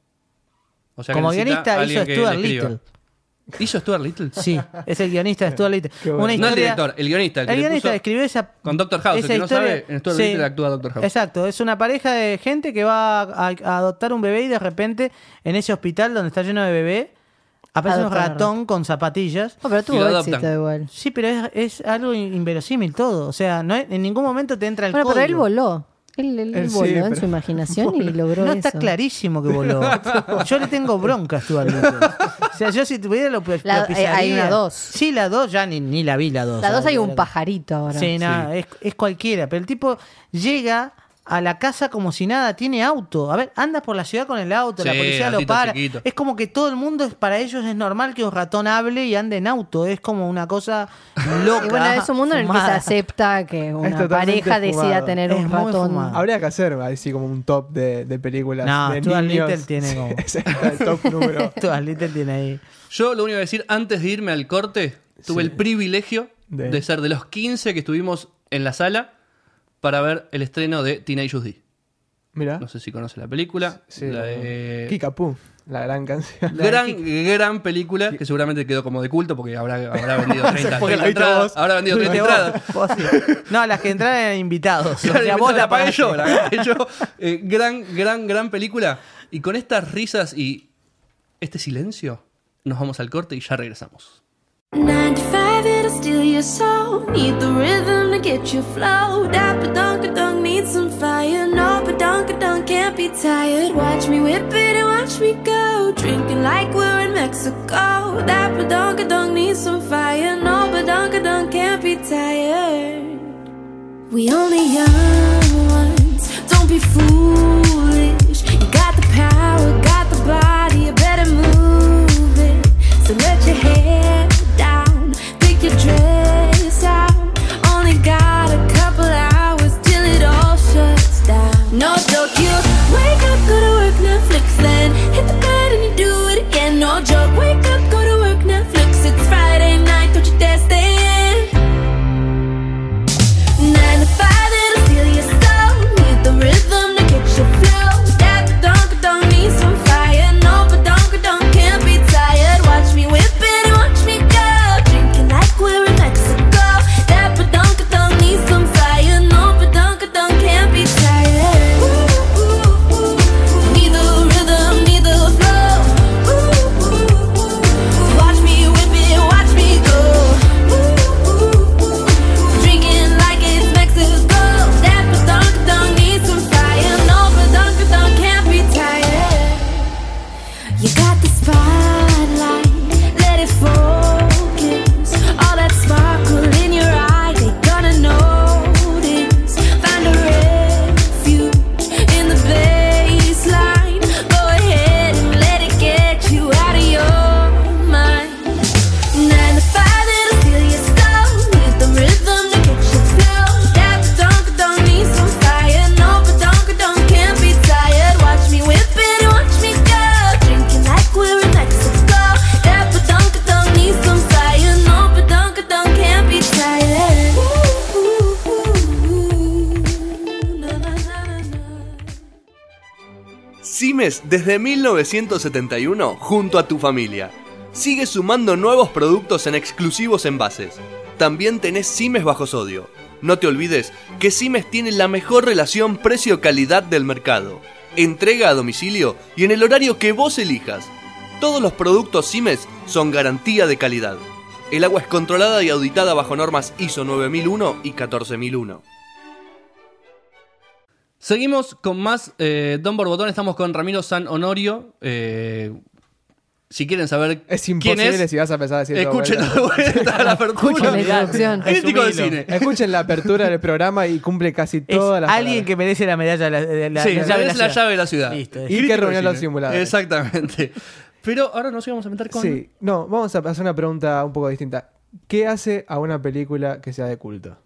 [SPEAKER 3] O sea, que
[SPEAKER 6] Como
[SPEAKER 3] necesita
[SPEAKER 6] guionista
[SPEAKER 3] alguien
[SPEAKER 6] hizo
[SPEAKER 3] que
[SPEAKER 6] Stuart
[SPEAKER 3] le escriba.
[SPEAKER 6] Little.
[SPEAKER 3] ¿Hizo Stuart Little?
[SPEAKER 6] Sí, es el guionista de Stuart Little.
[SPEAKER 5] Qué bueno.
[SPEAKER 6] Una
[SPEAKER 3] No el
[SPEAKER 6] historia-
[SPEAKER 3] director, el guionista. El,
[SPEAKER 6] El,
[SPEAKER 3] que le
[SPEAKER 6] guionista
[SPEAKER 3] puso-
[SPEAKER 6] escribió esa.
[SPEAKER 3] con Dr. House, el
[SPEAKER 6] esa
[SPEAKER 3] que no
[SPEAKER 6] historia-
[SPEAKER 3] sabe, en Stuart Little actúa Dr. House.
[SPEAKER 6] Exacto, es una pareja de gente que va a, a adoptar un bebé y de repente en ese hospital donde está lleno de bebé aparece
[SPEAKER 4] Adoptan
[SPEAKER 6] un
[SPEAKER 4] a
[SPEAKER 6] ratón con zapatillas.
[SPEAKER 4] No, pero
[SPEAKER 3] Y lo
[SPEAKER 4] tuvo
[SPEAKER 3] adoptan.
[SPEAKER 4] éxito igual.
[SPEAKER 6] Sí, pero es, es algo in- inverosímil todo. O sea, no es- en ningún momento te entra el Eh,
[SPEAKER 4] Bueno, pero
[SPEAKER 6] código.
[SPEAKER 4] él voló. Él, él
[SPEAKER 5] Él sí,
[SPEAKER 4] voló en
[SPEAKER 5] pero-
[SPEAKER 4] su imaginación y logró
[SPEAKER 6] No
[SPEAKER 4] eso.
[SPEAKER 6] está clarísimo que voló. Yo le tengo bronca a Stuart Little. O sea, yo si tuviera lo, pi-
[SPEAKER 4] La- eh,
[SPEAKER 6] lo pisaría.
[SPEAKER 4] hay una dos.
[SPEAKER 6] Sí, la 2 ya ni, ni la vi la 2.
[SPEAKER 4] La dos hay un pajarito ahora.
[SPEAKER 6] Sí, nada, es, es cualquiera. Pero el tipo llega a la casa como si nada, tiene auto. A ver, andas por la ciudad con el auto, la
[SPEAKER 3] Sí,
[SPEAKER 6] policía lo
[SPEAKER 3] autito
[SPEAKER 6] para.
[SPEAKER 3] chiquito.
[SPEAKER 6] Es como que todo el mundo, es- para ellos es normal que un ratón hable y ande en auto. Es como una cosa loca.
[SPEAKER 4] Y bueno, es un mundo en el que se
[SPEAKER 6] fumada.
[SPEAKER 4] acepta que una
[SPEAKER 5] totalmente
[SPEAKER 4] pareja decida
[SPEAKER 5] fumado.
[SPEAKER 4] tener
[SPEAKER 6] Es
[SPEAKER 4] un
[SPEAKER 6] muy
[SPEAKER 4] ratón.
[SPEAKER 6] fumado.
[SPEAKER 5] Habría que hacer así como un top de, de películas.
[SPEAKER 6] Ah. No,
[SPEAKER 5] de
[SPEAKER 6] Stuart
[SPEAKER 5] niños.
[SPEAKER 6] Little tiene
[SPEAKER 5] Sí,
[SPEAKER 6] como-
[SPEAKER 5] ese es el top número.
[SPEAKER 6] Stuart Little tiene ahí.
[SPEAKER 3] Yo lo único que decir, antes de irme al corte, tuve el privilegio de...
[SPEAKER 5] De-
[SPEAKER 3] ser de los 15 que estuvimos en la sala para ver el estreno de Teenage D.
[SPEAKER 5] Mira.
[SPEAKER 3] No sé si conoce la película.
[SPEAKER 5] Sí,
[SPEAKER 3] la de-
[SPEAKER 5] Kickapoo, la gran canción.
[SPEAKER 3] Gran, gran película que seguramente quedó como de culto porque habrá, habrá vendido 30, 30
[SPEAKER 5] Porque la viste
[SPEAKER 3] entradas.
[SPEAKER 5] vos.
[SPEAKER 3] Habrá vendido 30
[SPEAKER 6] Viste
[SPEAKER 3] entradas.
[SPEAKER 6] vos, vos sí. No, las que entraron eran invitados. O
[SPEAKER 3] Claro,
[SPEAKER 6] sea,
[SPEAKER 3] y
[SPEAKER 6] vos
[SPEAKER 3] me la pagué
[SPEAKER 6] pagaste.
[SPEAKER 3] yo, la pagué yo. Eh, gran, gran, gran película. Y con estas risas y este silencio, nos vamos al corte y ya regresamos.
[SPEAKER 7] Nine to five, it'll steal your soul. Need the rhythm to get you flow. Dapper dunk dunk needs some fire. No, but dunk dunk can't be tired. Watch me whip it and watch me go. Drinking like we're in Mexico. Dapper dunk dunk needs some fire. No, but dunk dunk can't be tired. We only young ones, don't be foolish. You got the power, got the body, you better move it. So let your head down, pick your dress out. Only got a couple hours till it all shuts down. No joke, you wake up, go to work, Netflix, then hit the bed and you do it again. No joke, wake up, go to work, Netflix. It's Friday night, don't you dare stay in. Nine to five, it'll steal your soul.
[SPEAKER 2] Martínez desde 1971 junto a tu familia. Sigue sumando nuevos productos en exclusivos envases. También tenés Cimes bajo sodio. No te olvides que Cimes tiene la mejor relación precio-calidad del mercado. Entrega a domicilio y en el horario que vos elijas. Todos los productos Cimes son garantía de calidad. El agua es controlada y auditada bajo normas ISO 9001 y 14001.
[SPEAKER 3] Seguimos con más eh, Don Borbotón. Estamos con Ramiro San Honorio. Eh, si quieren saber
[SPEAKER 5] Es
[SPEAKER 3] quién
[SPEAKER 5] imposible
[SPEAKER 3] es,
[SPEAKER 5] si vas a empezar a decir todo
[SPEAKER 3] escúchenlo de
[SPEAKER 5] vuelta.
[SPEAKER 3] vuelta a la
[SPEAKER 4] Escuchen la
[SPEAKER 3] apertura.
[SPEAKER 4] introducción.
[SPEAKER 3] Crítico de cine.
[SPEAKER 5] Escuchen la apertura del programa y cumple casi
[SPEAKER 6] Es
[SPEAKER 5] todas las
[SPEAKER 6] alguien que merece la medalla de la, de la-
[SPEAKER 3] sí,
[SPEAKER 6] la
[SPEAKER 3] ya
[SPEAKER 6] llave de
[SPEAKER 3] es la llave de la ciudad.
[SPEAKER 6] Listo, es-
[SPEAKER 5] Y que
[SPEAKER 3] Crítico de
[SPEAKER 5] reunió
[SPEAKER 3] cine.
[SPEAKER 5] los simuladores.
[SPEAKER 3] Exactamente. Pero ahora nos íbamos a meter con.
[SPEAKER 5] Sí, no, vamos a hacer una pregunta un poco distinta. ¿Qué hace a una película que sea de culto?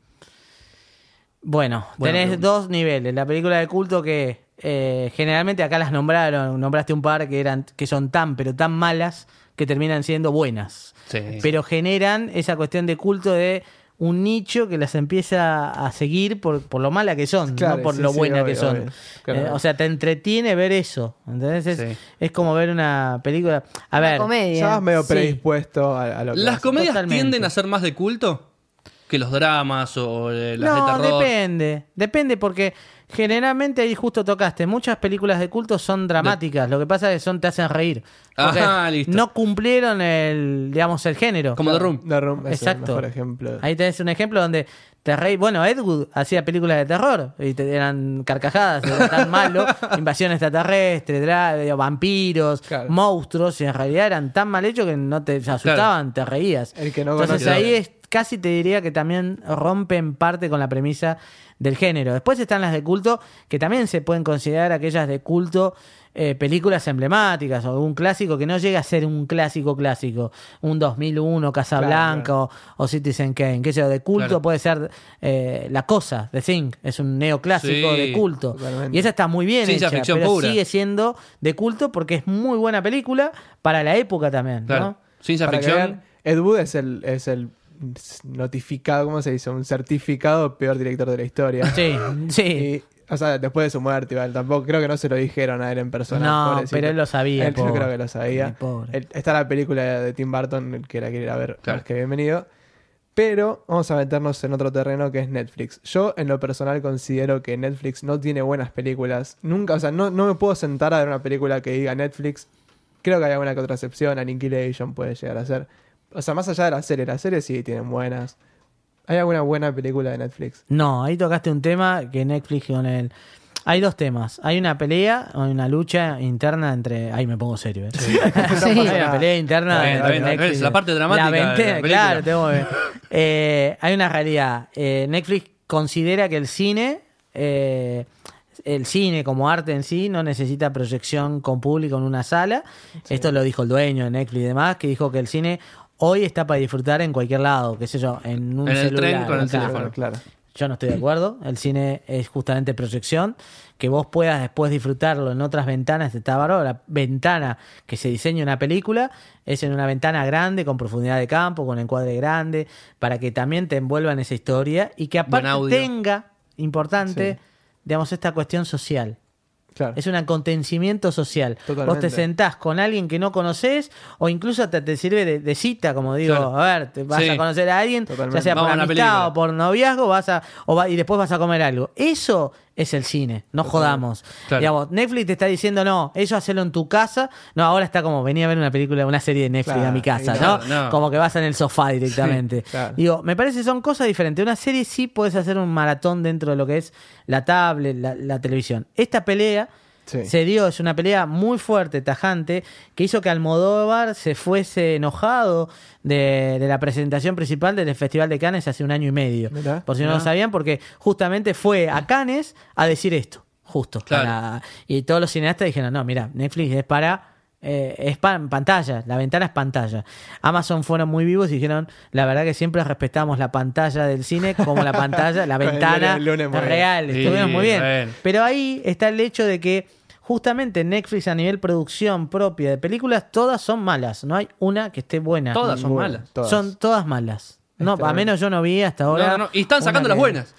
[SPEAKER 6] Bueno,
[SPEAKER 3] Buena
[SPEAKER 6] tenés
[SPEAKER 3] pregunta.
[SPEAKER 6] dos niveles. La película de culto que eh, generalmente acá las nombraron, nombraste un par que eran, que son tan, pero tan malas que terminan siendo buenas.
[SPEAKER 3] Sí.
[SPEAKER 6] Pero generan esa cuestión de culto de un nicho que las empieza a seguir por, por lo mala que son,
[SPEAKER 5] Claro,
[SPEAKER 6] no por
[SPEAKER 5] sí,
[SPEAKER 6] lo
[SPEAKER 5] sí,
[SPEAKER 6] buena que
[SPEAKER 5] obvio,
[SPEAKER 6] son.
[SPEAKER 5] obvio. Claro.
[SPEAKER 6] Eh, o sea, te entretiene ver eso. ¿entendés? Es,
[SPEAKER 3] Sí.
[SPEAKER 6] es como ver una película. A
[SPEAKER 4] Una
[SPEAKER 6] ver,
[SPEAKER 4] comedia.
[SPEAKER 5] Ya vas medio
[SPEAKER 6] Sí.
[SPEAKER 5] predispuesto a, a lo que
[SPEAKER 3] ¿Las
[SPEAKER 5] hace.
[SPEAKER 3] comedias
[SPEAKER 6] Totalmente.
[SPEAKER 3] tienden a ser más de culto que los dramas o eh, las de
[SPEAKER 6] No,
[SPEAKER 3] terror?
[SPEAKER 6] depende. Depende porque generalmente ahí justo tocaste. Muchas películas de culto son dramáticas. Lo que pasa es que son te hacen reír. Porque
[SPEAKER 3] Ajá, listo.
[SPEAKER 6] No cumplieron el, digamos, el género.
[SPEAKER 3] Como The Room.
[SPEAKER 5] The Room es
[SPEAKER 6] Exacto.
[SPEAKER 5] el mejor ejemplo.
[SPEAKER 6] Ahí tenés un ejemplo donde te reí. Bueno, Ed Wood hacía películas de terror y te- eran carcajadas, era tan malo. Invasión extraterrestre, dra- digo, vampiros,
[SPEAKER 5] Claro.
[SPEAKER 6] monstruos, y en realidad eran tan mal hechos que no te asustaban, te reías.
[SPEAKER 5] El que no
[SPEAKER 6] Entonces
[SPEAKER 5] conoce.
[SPEAKER 6] ahí es, casi te diría que también rompen parte con la premisa del género. Después están las de culto, que también se pueden considerar aquellas de culto. eh, películas emblemáticas o un clásico que no llega a ser un clásico clásico, un 2001, Casablanca o, o Citizen Kane, qué sé yo, de culto
[SPEAKER 3] Claro.
[SPEAKER 6] puede ser eh, La Cosa, The Thing, es un neoclásico
[SPEAKER 3] Sí,
[SPEAKER 6] de culto.
[SPEAKER 5] totalmente.
[SPEAKER 6] Y esa está muy bien
[SPEAKER 3] Ciencia
[SPEAKER 6] hecha,
[SPEAKER 3] ficción
[SPEAKER 6] pero
[SPEAKER 3] pura.
[SPEAKER 6] sigue siendo de culto porque es muy buena película para la época también,
[SPEAKER 3] Claro.
[SPEAKER 6] ¿no?
[SPEAKER 3] Ciencia
[SPEAKER 5] Para que
[SPEAKER 3] ficción.
[SPEAKER 5] vean, Ed Wood es el, es el notificado, ¿cómo se dice? Un certificado peor director de la historia.
[SPEAKER 6] Sí, sí.
[SPEAKER 5] Y, Eh, o sea, después de su muerte, igual, tampoco creo que no se lo dijeron a él en persona.
[SPEAKER 6] No,
[SPEAKER 5] pobrecito.
[SPEAKER 6] pero él lo sabía,
[SPEAKER 5] Él yo
[SPEAKER 6] pobre.
[SPEAKER 5] creo que lo sabía.
[SPEAKER 6] Sí, pobre.
[SPEAKER 5] Él- está la película de Tim Burton, que la quiere ir a ver,
[SPEAKER 3] Claro.
[SPEAKER 5] más que bienvenido. Pero vamos a meternos en otro terreno que es Netflix. Yo, en lo personal, considero que Netflix no tiene buenas películas. Nunca, o sea, no, no me puedo sentar a ver una película que diga Netflix. Creo que hay alguna que otra excepción. Annihilation puede llegar a ser. O sea, más allá de las series, las series sí tienen buenas. ¿Hay alguna buena película de Netflix?
[SPEAKER 6] No, ahí tocaste un tema que Netflix con él. Hay dos temas. Hay una pelea, hay una lucha interna entre. Ahí me pongo serio, ¿eh?
[SPEAKER 4] Sí.
[SPEAKER 6] Hay una pelea interna.
[SPEAKER 3] Está bien, está bien, está
[SPEAKER 6] entre
[SPEAKER 3] bien.
[SPEAKER 6] Netflix.
[SPEAKER 3] La parte dramática de la
[SPEAKER 6] ventana,
[SPEAKER 3] película.
[SPEAKER 6] claro, tengo que ver. Eh, hay una realidad. Eh, Netflix considera que el cine, eh, el cine como arte en sí, no necesita proyección con público en una sala. Esto lo dijo el dueño de Netflix y demás, que dijo que el cine hoy está para disfrutar en cualquier lado, qué sé yo, en un
[SPEAKER 3] En el
[SPEAKER 6] celular,
[SPEAKER 3] tren con el
[SPEAKER 6] claro.
[SPEAKER 3] teléfono.
[SPEAKER 5] Claro.
[SPEAKER 6] Yo no estoy de acuerdo. El cine es justamente proyección. Que vos puedas después disfrutarlo en otras ventanas de bárbaro. La ventana que se diseña una película es en una ventana grande, con profundidad de campo, con encuadre grande, para que también te envuelva en esa historia y que aparte
[SPEAKER 3] audio.
[SPEAKER 6] tenga, importante,
[SPEAKER 5] Sí.
[SPEAKER 6] digamos, esta cuestión social.
[SPEAKER 5] Claro.
[SPEAKER 6] Es un acontecimiento social. Vos
[SPEAKER 5] Totalmente.
[SPEAKER 6] te sentás con alguien que no conoces o incluso hasta te sirve de, de cita, como digo,
[SPEAKER 3] Claro.
[SPEAKER 6] a ver, te vas
[SPEAKER 3] Sí.
[SPEAKER 6] a conocer a alguien,
[SPEAKER 5] Totalmente.
[SPEAKER 6] ya sea
[SPEAKER 3] Vamos
[SPEAKER 6] por
[SPEAKER 3] a una
[SPEAKER 6] amistad
[SPEAKER 3] película.
[SPEAKER 6] o por noviazgo, vas a o va- y después vas a comer algo. Eso es el cine, no jodamos.
[SPEAKER 3] Claro.
[SPEAKER 6] Digamos, Netflix te está diciendo, no, eso hacelo en tu casa. No, ahora está como, venía a ver una película, una serie de Netflix
[SPEAKER 5] Claro,
[SPEAKER 6] a mi casa,
[SPEAKER 5] ahí
[SPEAKER 6] ¿no?
[SPEAKER 3] no, no.
[SPEAKER 6] Como que vas en el sofá directamente.
[SPEAKER 5] claro.
[SPEAKER 6] Digo, me parece que son cosas diferentes. Una serie sí puedes hacer un maratón dentro de lo que es la tablet, la, la televisión. Esta pelea
[SPEAKER 5] Sí.
[SPEAKER 6] se dio, es una pelea muy fuerte, tajante, que hizo que Almodóvar se fuese enojado de, de la presentación principal del Festival de Cannes hace un año y medio.
[SPEAKER 5] Mirá, Ah.
[SPEAKER 6] por si no lo sabían, porque justamente fue a Cannes a decir esto, justo.
[SPEAKER 3] Claro.
[SPEAKER 6] para- y todos los cineastas dijeron, no, mira, Netflix es para... eh, es pa- pantalla, la ventana es pantalla. Amazon fueron muy vivos y dijeron, la verdad que siempre respetamos la pantalla del cine como la pantalla, la
[SPEAKER 5] Con el
[SPEAKER 6] ventana
[SPEAKER 5] lunes- lunes muy bien.
[SPEAKER 6] real. Estuvieron
[SPEAKER 3] Sí,
[SPEAKER 6] muy bien.
[SPEAKER 3] bueno.
[SPEAKER 6] Pero ahí está el hecho de que justamente Netflix a nivel producción propia de películas, todas son malas. No hay una que esté buena.
[SPEAKER 3] Todas son
[SPEAKER 5] Ninguna,
[SPEAKER 3] malas.
[SPEAKER 5] todas.
[SPEAKER 6] Son todas malas. No,
[SPEAKER 5] Está
[SPEAKER 6] a menos yo no vi hasta
[SPEAKER 3] No,
[SPEAKER 6] ahora.
[SPEAKER 3] no, no. Y están
[SPEAKER 6] una
[SPEAKER 3] sacando las
[SPEAKER 6] que-
[SPEAKER 3] buenas.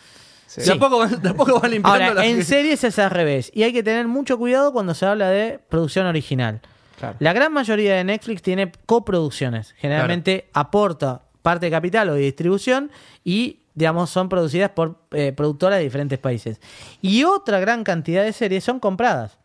[SPEAKER 5] Sí.
[SPEAKER 3] De a poco van, de a poco van limpiando
[SPEAKER 6] Ahora,
[SPEAKER 3] las-
[SPEAKER 6] en series es al revés. Y hay que tener mucho cuidado cuando se habla de producción original.
[SPEAKER 5] Claro.
[SPEAKER 6] La gran mayoría de Netflix tiene coproducciones. Generalmente aporta parte de capital o de distribución y, digamos, son producidas por eh, productoras de diferentes países. Y otra gran cantidad de series son compradas.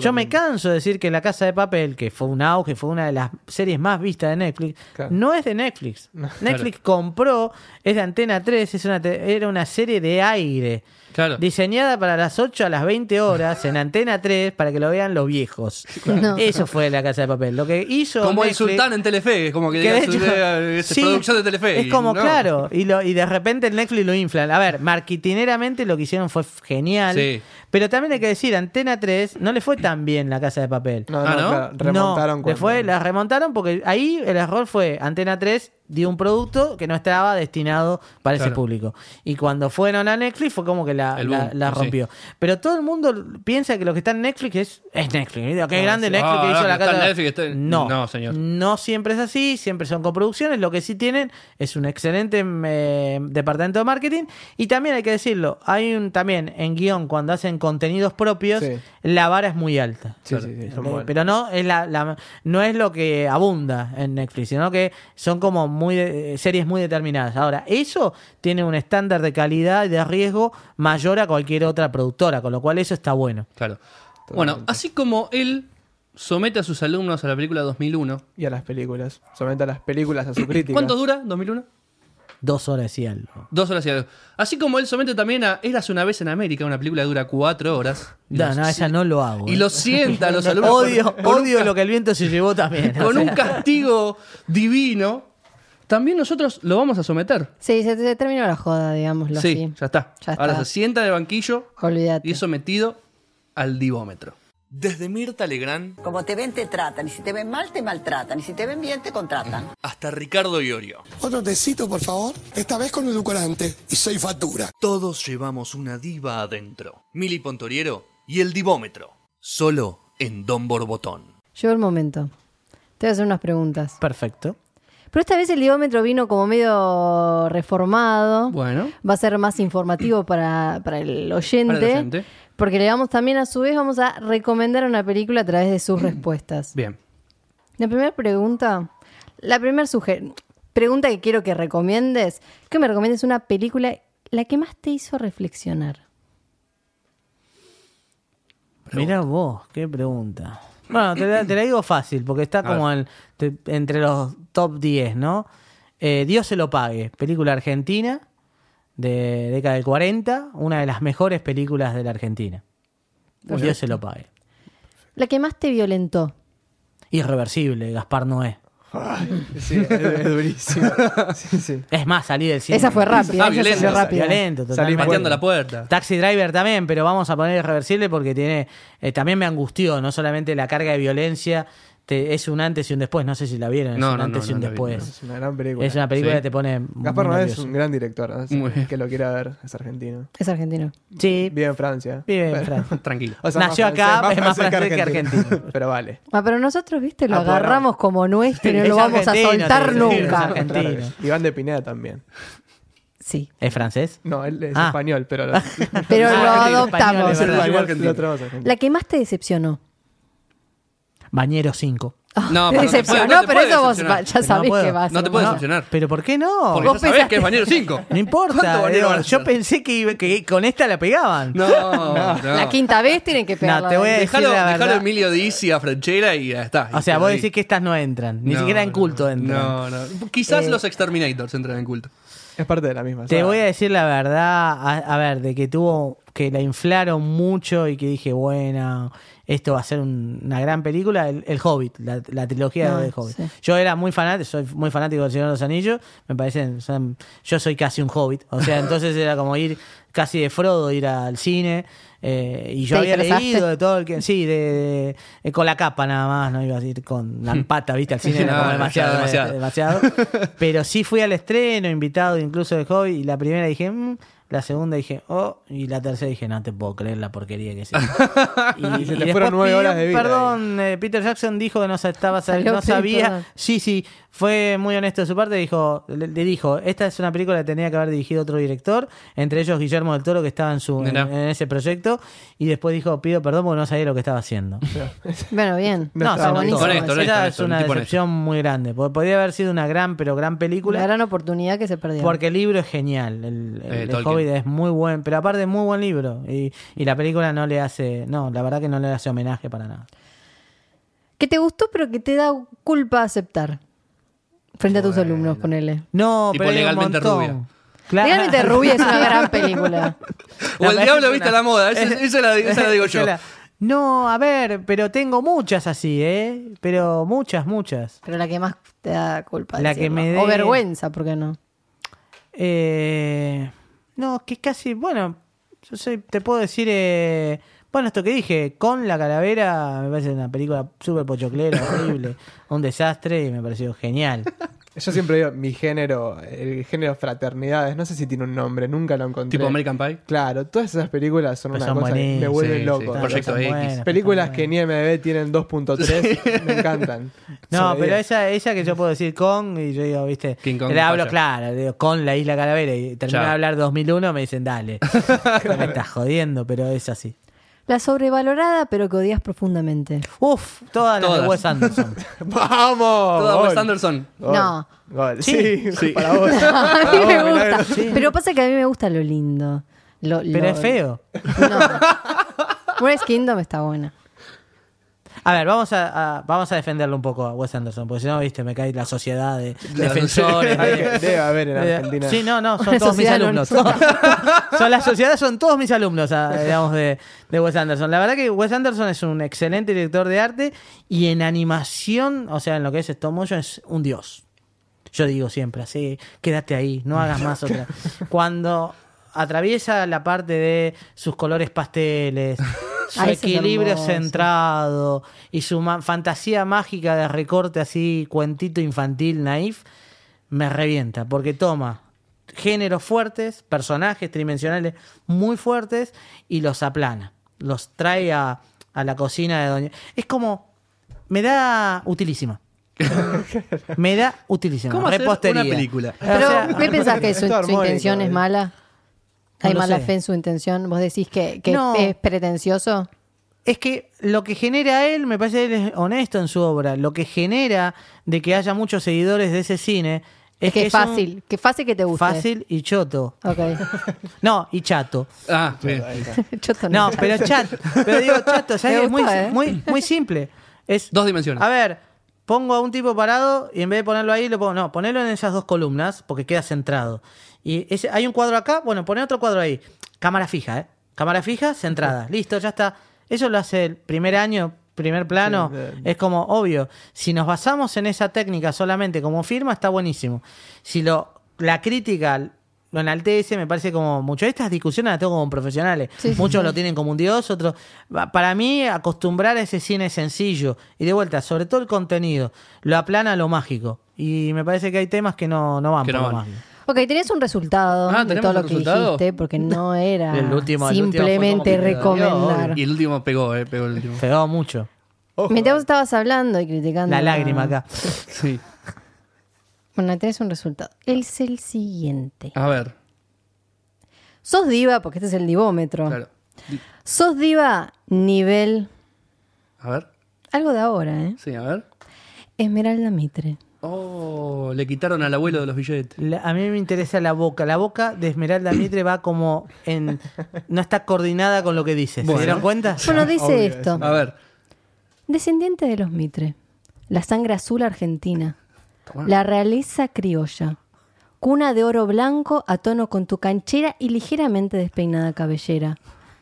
[SPEAKER 6] Yo me canso de decir que La Casa de Papel, que fue un auge, fue una de las series más vistas de Netflix,
[SPEAKER 5] Claro.
[SPEAKER 6] no es de Netflix. Netflix compró, es de Antena 3, es una te- era una serie de aire.
[SPEAKER 3] Claro.
[SPEAKER 6] Diseñada para las 8 a las 20 horas en Antena 3 para que lo vean los viejos.
[SPEAKER 4] No.
[SPEAKER 6] Eso fue la casa de papel. Lo que hizo.
[SPEAKER 3] Como el
[SPEAKER 6] Netflix-
[SPEAKER 3] sultán en Telefe, es como que,
[SPEAKER 6] que de
[SPEAKER 3] digas,
[SPEAKER 6] hecho-
[SPEAKER 3] eh, es
[SPEAKER 6] sí,
[SPEAKER 3] producción de Telefe.
[SPEAKER 6] Es como,
[SPEAKER 3] y no.
[SPEAKER 6] claro, y, lo, y de repente el Netflix lo inflan. A ver, marketineramente lo que hicieron fue f- genial.
[SPEAKER 3] Sí.
[SPEAKER 6] Pero también hay que decir, Antena 3 no le fue tan bien la casa de papel.
[SPEAKER 5] No,
[SPEAKER 3] Ah,
[SPEAKER 5] no,
[SPEAKER 3] ¿no?
[SPEAKER 5] claro, remontaron
[SPEAKER 6] No, le
[SPEAKER 5] cuando-
[SPEAKER 6] fue, la remontaron porque ahí el error fue Antena 3 dio un producto que no estaba destinado para ese
[SPEAKER 3] Claro.
[SPEAKER 6] público. Y cuando fueron a Netflix fue como que la,
[SPEAKER 3] El
[SPEAKER 6] la-
[SPEAKER 3] boom,
[SPEAKER 6] la
[SPEAKER 3] sí.
[SPEAKER 6] rompió. Pero todo el mundo piensa que lo que está en Netflix es, es Netflix. Mira, Qué
[SPEAKER 3] No,
[SPEAKER 6] grande
[SPEAKER 3] sí.
[SPEAKER 6] Netflix
[SPEAKER 3] Ah,
[SPEAKER 6] que hizo
[SPEAKER 3] no,
[SPEAKER 6] la
[SPEAKER 3] que está
[SPEAKER 6] casa.
[SPEAKER 3] en Netflix, está en-
[SPEAKER 6] No,
[SPEAKER 3] No, señor.
[SPEAKER 6] no siempre es así, siempre son coproducciones. Lo que sí tienen es un excelente eh, departamento de marketing. Y también hay que decirlo, hay un también en guión, cuando hacen contenidos propios,
[SPEAKER 5] Sí.
[SPEAKER 6] la vara es muy alta.
[SPEAKER 5] Sí, sí, sí, son
[SPEAKER 6] Eh,
[SPEAKER 5] buenos.
[SPEAKER 6] Pero no es, la, la- no es lo que abunda en Netflix, sino que son como muy de- eh, series muy determinadas. Ahora, eso tiene un estándar de calidad y de riesgo mayor a cualquier otra productora, con lo cual eso está bueno.
[SPEAKER 3] Claro. Bueno, así como él somete a sus alumnos a la película 2001.
[SPEAKER 5] Y a las películas. Solamente a las películas, a su crítica.
[SPEAKER 3] ¿Cuánto dura 2001?
[SPEAKER 6] Dos horas y algo.
[SPEAKER 3] Dos horas y algo. Así como él somete también a Eras una vez en América, una película que dura cuatro horas. Y
[SPEAKER 6] No,
[SPEAKER 3] los-
[SPEAKER 6] no, esa no lo hago.
[SPEAKER 3] Y
[SPEAKER 6] eh.
[SPEAKER 3] lo sienta a los alumnos. con-
[SPEAKER 6] odio
[SPEAKER 3] con un
[SPEAKER 6] odio lo que el viento se llevó también. o
[SPEAKER 3] con
[SPEAKER 6] sea.
[SPEAKER 3] un castigo divino, también nosotros lo vamos a someter.
[SPEAKER 4] Sí, se, se terminó la joda, digámoslo
[SPEAKER 3] sí,
[SPEAKER 4] así.
[SPEAKER 3] ya está.
[SPEAKER 4] Ya
[SPEAKER 3] Ahora
[SPEAKER 4] está.
[SPEAKER 3] se sienta en el banquillo
[SPEAKER 4] Olvídate.
[SPEAKER 3] y es sometido al divómetro.
[SPEAKER 2] Desde Mirta Legrand
[SPEAKER 8] Como te ven, te tratan. Y si te ven mal, te maltratan. Y si te ven bien, te contratan.
[SPEAKER 2] hasta Ricardo Iorio.
[SPEAKER 9] Otro tecito, por favor. Esta vez con edulcorante. Y seis factura.
[SPEAKER 2] Todos llevamos una diva adentro. Mili Pontoriero y el divómetro. Solo en Don Borbotón.
[SPEAKER 4] Llegó el momento. Te voy a hacer unas preguntas.
[SPEAKER 6] Perfecto.
[SPEAKER 4] Pero esta vez el diómetro vino como medio reformado.
[SPEAKER 3] Bueno.
[SPEAKER 4] Va a ser más informativo para, para el oyente.
[SPEAKER 3] Para el oyente.
[SPEAKER 4] Porque le vamos también a su vez vamos a recomendar una película a través de sus respuestas.
[SPEAKER 3] Bien.
[SPEAKER 4] La primera pregunta, la primera pregunta que quiero que recomiendes, que me recomiendes una película la que más te hizo reflexionar.
[SPEAKER 6] Mira vos, qué pregunta. Bueno, te la, te la digo fácil, porque está como en- te- entre los top 10, ¿no? Eh, Dios se lo pague, película argentina de década del 40, una de las mejores películas de la Argentina. Dios se lo pague.
[SPEAKER 4] La que más te violentó.
[SPEAKER 6] Irreversible, Gaspar Noé.
[SPEAKER 5] Sí, es, es durísimo. Sí, sí.
[SPEAKER 6] Es más, salí del cine.
[SPEAKER 4] Esa fue rápida,
[SPEAKER 3] Ah,
[SPEAKER 4] esa
[SPEAKER 3] violenta,
[SPEAKER 4] salió
[SPEAKER 3] esa.
[SPEAKER 4] rápida.
[SPEAKER 6] Violento,
[SPEAKER 5] Salí
[SPEAKER 6] totalmente.
[SPEAKER 3] Pateando la puerta.
[SPEAKER 6] Taxi Driver también, pero vamos a poner irreversible porque tiene eh, también me angustió, no solamente la carga de violencia, te- es un antes y un después, no sé si la vieron, es
[SPEAKER 3] No,
[SPEAKER 6] un
[SPEAKER 3] no,
[SPEAKER 6] antes
[SPEAKER 3] no,
[SPEAKER 6] y un
[SPEAKER 3] no la vi,
[SPEAKER 6] después.
[SPEAKER 5] Es una gran película.
[SPEAKER 6] Es una película
[SPEAKER 3] Sí.
[SPEAKER 6] que te pone muy
[SPEAKER 5] Gaspar Noé es
[SPEAKER 6] nervioso.
[SPEAKER 5] un gran director. así
[SPEAKER 3] Muy bien.
[SPEAKER 5] que lo quiera ver. Es argentino.
[SPEAKER 4] Es argentino.
[SPEAKER 6] Sí,
[SPEAKER 5] Vive en Francia.
[SPEAKER 6] vive en
[SPEAKER 5] Pero-
[SPEAKER 6] Francia.
[SPEAKER 3] Tranquilo.
[SPEAKER 5] o sea, más
[SPEAKER 6] Nació
[SPEAKER 5] francés-
[SPEAKER 6] acá, es más francés que argentino.
[SPEAKER 5] Pero vale.
[SPEAKER 4] Ah, pero nosotros, viste, lo
[SPEAKER 5] Ah, por
[SPEAKER 4] agarramos como nuestro y no
[SPEAKER 6] Es
[SPEAKER 4] lo vamos a
[SPEAKER 6] argentino,
[SPEAKER 4] soltar
[SPEAKER 6] te decía, es
[SPEAKER 4] nunca.
[SPEAKER 6] argentino.
[SPEAKER 5] Claro. Iván de Pineda también.
[SPEAKER 4] Sí,
[SPEAKER 6] ¿Es francés?
[SPEAKER 5] No, él es
[SPEAKER 6] Ah.
[SPEAKER 5] español, pero lo,
[SPEAKER 4] pero
[SPEAKER 6] Ah,
[SPEAKER 4] lo
[SPEAKER 6] argentino,
[SPEAKER 4] adoptamos.
[SPEAKER 6] español, es verdad.
[SPEAKER 3] igual
[SPEAKER 5] lo-
[SPEAKER 3] que
[SPEAKER 5] lo
[SPEAKER 3] argentino.
[SPEAKER 5] traemos a Argentina.
[SPEAKER 4] La que más te decepcionó. Ah,
[SPEAKER 6] Bañero 5.
[SPEAKER 3] No,
[SPEAKER 4] te
[SPEAKER 3] pero no te
[SPEAKER 4] decepcionó,
[SPEAKER 3] puede- no te
[SPEAKER 4] pero
[SPEAKER 3] puede
[SPEAKER 4] eso vos
[SPEAKER 3] decepcionar.
[SPEAKER 4] va- ya sabés
[SPEAKER 6] puedo.
[SPEAKER 4] que vas.
[SPEAKER 3] No te
[SPEAKER 4] puedes
[SPEAKER 3] puede decepcionar.
[SPEAKER 6] ¿Pero por qué no?
[SPEAKER 3] Porque
[SPEAKER 4] vos
[SPEAKER 3] ya sabés
[SPEAKER 4] pensaste-
[SPEAKER 3] que es Bañero 5.
[SPEAKER 6] Oh, No importa.
[SPEAKER 3] ¿Cuánto bañero
[SPEAKER 6] digo,
[SPEAKER 3] van a
[SPEAKER 6] yo
[SPEAKER 3] hacer?
[SPEAKER 6] pensé que, iba- que con esta la pegaban.
[SPEAKER 3] No, no.
[SPEAKER 4] La quinta vez tienen que pegarla.
[SPEAKER 6] te voy a- decir
[SPEAKER 3] Dejalo,
[SPEAKER 6] la
[SPEAKER 3] dejalo
[SPEAKER 6] verdad.
[SPEAKER 3] a Emilio Dizzi a Franchera y ya está.
[SPEAKER 6] O
[SPEAKER 3] Y
[SPEAKER 6] sea,
[SPEAKER 3] queda
[SPEAKER 6] vos
[SPEAKER 3] ahí.
[SPEAKER 6] decís que estas no entran. Ni
[SPEAKER 3] No,
[SPEAKER 6] siquiera en
[SPEAKER 3] no,
[SPEAKER 6] culto Eh, entran.
[SPEAKER 3] No, no. Quizás los Exterminators entran en culto.
[SPEAKER 5] Es parte de la misma.
[SPEAKER 6] Te
[SPEAKER 5] saga.
[SPEAKER 6] voy a decir la verdad, a, a ver, de que tuvo, que la inflaron mucho y que dije, bueno, esto va a ser un- una gran película, el, el Hobbit, la, la trilogía
[SPEAKER 4] Ah,
[SPEAKER 6] del Hobbit.
[SPEAKER 4] sí.
[SPEAKER 6] Yo era muy fanático, soy muy fanático del Señor de los Anillos, me parecen, son- yo soy casi un Hobbit, o sea, entonces era como ir casi de Frodo, ir al cine, eh, y yo
[SPEAKER 4] ¿Te
[SPEAKER 6] había
[SPEAKER 4] disfrazaste?
[SPEAKER 6] leído de todo el que, sí, de, de- eh, con la capa nada más, no ibas a ir con la pata, viste, al cine, era
[SPEAKER 3] No,
[SPEAKER 6] como
[SPEAKER 3] no,
[SPEAKER 6] demasiado,
[SPEAKER 3] ya, demasiado.
[SPEAKER 6] demasiado. Pero sí fui al estreno, invitado incluso de Hobby, y la primera dije, "Mm, La segunda dije, oh, y la tercera dije, no te puedo creer la porquería que es. esto". y,
[SPEAKER 5] se te
[SPEAKER 6] y después
[SPEAKER 5] fueron nueve
[SPEAKER 6] pidió
[SPEAKER 5] horas de vida
[SPEAKER 6] Perdón, eh, Peter Jackson dijo que no, sa- estaba, sal-
[SPEAKER 4] Salió
[SPEAKER 6] no
[SPEAKER 4] Peter.
[SPEAKER 6] sabía. Sí, sí, fue muy honesto de su parte. Dijo, le, le dijo, esta es una película que tenía que haber dirigido otro director, entre ellos Guillermo del Toro, que estaba en, su, en,
[SPEAKER 2] Mirá.
[SPEAKER 6] en ese proyecto. Y después dijo, pido perdón porque no sabía lo que estaba haciendo.
[SPEAKER 4] Bueno, bien.
[SPEAKER 5] No,
[SPEAKER 6] se
[SPEAKER 5] estaba
[SPEAKER 6] notó.
[SPEAKER 4] buenísimo.
[SPEAKER 2] Honesto, honesto,
[SPEAKER 6] Esa es
[SPEAKER 2] honesto, un
[SPEAKER 6] una
[SPEAKER 2] tipo honesto.
[SPEAKER 6] decepción muy grande. Porque podría haber sido una gran, pero gran película.
[SPEAKER 4] Una gran oportunidad que se perdió.
[SPEAKER 6] Porque el libro es genial. El, el-
[SPEAKER 2] Eh,
[SPEAKER 6] el
[SPEAKER 2] Tolkien.
[SPEAKER 6] Hobbit es muy buen, pero aparte es muy buen libro. Y, y la película no le hace. No, la verdad que no le hace homenaje para nada.
[SPEAKER 4] Que te gustó, pero que te da culpa aceptar. Frente a tus alumnos, ponele.
[SPEAKER 6] No,
[SPEAKER 2] Tipo
[SPEAKER 6] pero. hay un
[SPEAKER 2] Legalmente
[SPEAKER 6] montón.
[SPEAKER 2] Rubia.
[SPEAKER 6] Claro.
[SPEAKER 4] Realmente Rubia es una gran película.
[SPEAKER 2] O el diablo viste a la moda. Esa, esa la, esa la digo yo.
[SPEAKER 6] Esa la- No, a ver, pero tengo muchas así, ¿eh? Pero muchas, muchas.
[SPEAKER 4] Pero la que más te da culpa.
[SPEAKER 6] La que
[SPEAKER 4] decirlo.
[SPEAKER 6] me dé-
[SPEAKER 4] O vergüenza, ¿por qué no?
[SPEAKER 6] Eh, no, que casi, bueno, yo sé, te puedo decir, eh, bueno, esto que dije, con la calavera, me parece una película súper pochoclera, horrible, un desastre y me pareció genial.
[SPEAKER 5] Yo siempre digo, mi género, el género fraternidades, no sé si tiene un nombre, nunca lo encontré.
[SPEAKER 2] Tipo American Pie.
[SPEAKER 5] Claro, todas esas películas son
[SPEAKER 6] Pero
[SPEAKER 5] una
[SPEAKER 6] son
[SPEAKER 5] cosa que me
[SPEAKER 6] buenísimas.
[SPEAKER 5] vuelven
[SPEAKER 2] Sí,
[SPEAKER 5] loco.
[SPEAKER 2] sí.
[SPEAKER 6] Claro,
[SPEAKER 2] Proyecto
[SPEAKER 6] son
[SPEAKER 2] X.
[SPEAKER 6] buenas,
[SPEAKER 5] Películas
[SPEAKER 6] son
[SPEAKER 5] que en IMDb tienen 2.3, me encantan.
[SPEAKER 6] No,
[SPEAKER 5] Sobre
[SPEAKER 6] pero
[SPEAKER 5] diez.
[SPEAKER 6] esa, esa que yo puedo decir con, y yo digo, viste,
[SPEAKER 2] King Kong
[SPEAKER 6] le hablo
[SPEAKER 2] falla.
[SPEAKER 6] claro, le digo, con la isla Calavera, y termino
[SPEAKER 2] Chao.
[SPEAKER 6] de hablar 2001, me dicen, dale, me estás jodiendo, pero es así.
[SPEAKER 4] La sobrevalorada, pero que odias profundamente.
[SPEAKER 6] Uf, todas, las de
[SPEAKER 2] Todas.
[SPEAKER 6] Wes Anderson.
[SPEAKER 5] ¡Vamos!
[SPEAKER 6] Oh,
[SPEAKER 2] Toda Wes
[SPEAKER 5] Gol.
[SPEAKER 2] Anderson.
[SPEAKER 5] Gol.
[SPEAKER 4] No.
[SPEAKER 5] Gol.
[SPEAKER 6] Sí.
[SPEAKER 5] Sí, para vos.
[SPEAKER 4] a mí me gusta.
[SPEAKER 6] Ah, Sí.
[SPEAKER 4] Pero pasa que a mí me gusta lo lindo. Lo-
[SPEAKER 6] Pero
[SPEAKER 4] lo-
[SPEAKER 6] es feo.
[SPEAKER 4] No. Moonrise Kingdom está buena.
[SPEAKER 6] A ver, vamos a, a- vamos a defenderlo un poco a Wes Anderson, porque si no, viste, me cae la sociedad de defensores.
[SPEAKER 5] Hay
[SPEAKER 6] de-
[SPEAKER 5] que- Debe haber en
[SPEAKER 6] de-
[SPEAKER 5] Argentina.
[SPEAKER 6] Sí, no, no, son
[SPEAKER 4] Una
[SPEAKER 6] todos mis
[SPEAKER 4] sociedad
[SPEAKER 6] alumnos.
[SPEAKER 4] anónima.
[SPEAKER 6] Todos- son las sociedades son todos mis alumnos, ah, digamos, de, de Wes Anderson. La verdad que Wes Anderson es un excelente director de arte y en animación, o sea, en lo que es stop motion, es un dios. Yo digo siempre, así, quédate ahí, no hagas más otra. Cuando atraviesa la parte de sus colores pasteles, su
[SPEAKER 4] Ay, eso es
[SPEAKER 6] equilibrio
[SPEAKER 4] hermoso.
[SPEAKER 6] centrado y su ma- fantasía mágica de recorte así, cuentito infantil, naif, me revienta, porque toma géneros fuertes, personajes tridimensionales muy fuertes y los aplana, los trae a, a la cocina de Doña... Es como, me da utilísima. Me da utilísima.
[SPEAKER 2] ¿Cómo hacer
[SPEAKER 6] Repostería.
[SPEAKER 2] una película?
[SPEAKER 6] Ah, O
[SPEAKER 4] Pero,
[SPEAKER 6] sea,
[SPEAKER 4] ¿qué pensás que
[SPEAKER 5] es
[SPEAKER 4] su, su
[SPEAKER 5] armónico,
[SPEAKER 4] intención es
[SPEAKER 5] eh.
[SPEAKER 4] mala?
[SPEAKER 6] No
[SPEAKER 4] ¿Hay
[SPEAKER 6] lo
[SPEAKER 4] mala
[SPEAKER 6] sé.
[SPEAKER 4] fe en su intención? ¿Vos decís que, que
[SPEAKER 6] No.
[SPEAKER 4] es pretencioso?
[SPEAKER 6] es que lo que genera él, me parece él es honesto en su obra, lo que genera de que haya muchos seguidores de ese cine
[SPEAKER 4] Es,
[SPEAKER 6] es
[SPEAKER 4] que es
[SPEAKER 6] un
[SPEAKER 4] fácil. Que fácil que te guste.
[SPEAKER 6] Fácil y choto.
[SPEAKER 4] Ok.
[SPEAKER 6] No, y chato.
[SPEAKER 2] Ah, bien.
[SPEAKER 4] Choto
[SPEAKER 6] No,
[SPEAKER 4] no.
[SPEAKER 6] pero chato. Pero digo chato, ¿sabes?
[SPEAKER 4] Me
[SPEAKER 6] Es muy,
[SPEAKER 4] gustó, ¿eh?
[SPEAKER 6] muy, muy simple. Es,
[SPEAKER 2] Dos dimensiones.
[SPEAKER 6] a ver, pongo a un tipo parado y en vez de ponerlo ahí, lo pongo. No, ponelo en esas dos columnas porque queda centrado. Y ese, hay un cuadro acá, bueno, pone otro cuadro ahí. Cámara fija, ¿eh? Cámara fija, centrada. Listo, ya está. Eso lo hace el primer año, primer plano.
[SPEAKER 5] Sí,
[SPEAKER 6] es como obvio. Si nos basamos en esa técnica solamente como firma, está buenísimo. Si lo, la crítica lo enaltece, me parece como mucho. Estas discusiones las tengo como profesionales.
[SPEAKER 4] Sí, sí,
[SPEAKER 6] Muchos
[SPEAKER 4] sí.
[SPEAKER 6] lo tienen como un dios, otros. Pa- Para mí, acostumbrar a ese cine sencillo y de vuelta, sobre todo el contenido, lo aplana a lo mágico. Y me parece que hay temas que no, no van
[SPEAKER 2] Que
[SPEAKER 6] por
[SPEAKER 2] no
[SPEAKER 6] lo
[SPEAKER 2] van.
[SPEAKER 6] mágico.
[SPEAKER 4] Ok, tenés un resultado
[SPEAKER 2] Ah,
[SPEAKER 4] de
[SPEAKER 2] ¿tenemos
[SPEAKER 4] todo lo
[SPEAKER 2] un
[SPEAKER 4] que
[SPEAKER 2] resultado?
[SPEAKER 4] dijiste, porque no era
[SPEAKER 6] El último- el último fue como
[SPEAKER 4] simplemente
[SPEAKER 6] que te dio,
[SPEAKER 4] recomendar.
[SPEAKER 2] Y el último pegó, eh, pegó el último.
[SPEAKER 6] Pegó mucho.
[SPEAKER 5] Ojo,
[SPEAKER 4] Mientras vos estabas hablando y criticando.
[SPEAKER 6] La lágrima acá.
[SPEAKER 2] Sí.
[SPEAKER 4] Bueno, tenés un resultado. Es el siguiente.
[SPEAKER 2] A ver,
[SPEAKER 4] Sos diva, porque este es el divómetro.
[SPEAKER 2] claro.
[SPEAKER 4] Sos diva nivel.
[SPEAKER 2] A ver,
[SPEAKER 4] Algo de ahora, ¿eh?
[SPEAKER 2] sí, a ver.
[SPEAKER 4] Esmeralda Mitre.
[SPEAKER 2] Oh, le quitaron al abuelo de los billetes.
[SPEAKER 6] La- a mí me interesa la boca. La boca de Esmeralda Mitre va como en. No está coordinada con lo que dice. ¿Se
[SPEAKER 2] Bueno.
[SPEAKER 6] dieron cuenta?
[SPEAKER 4] Bueno, dice
[SPEAKER 5] obvio,
[SPEAKER 4] esto.
[SPEAKER 2] A ver.
[SPEAKER 4] Descendiente de los Mitre. La sangre azul argentina.
[SPEAKER 2] Toma.
[SPEAKER 4] La realeza criolla. Cuna de oro blanco a tono con tu canchera y ligeramente despeinada cabellera.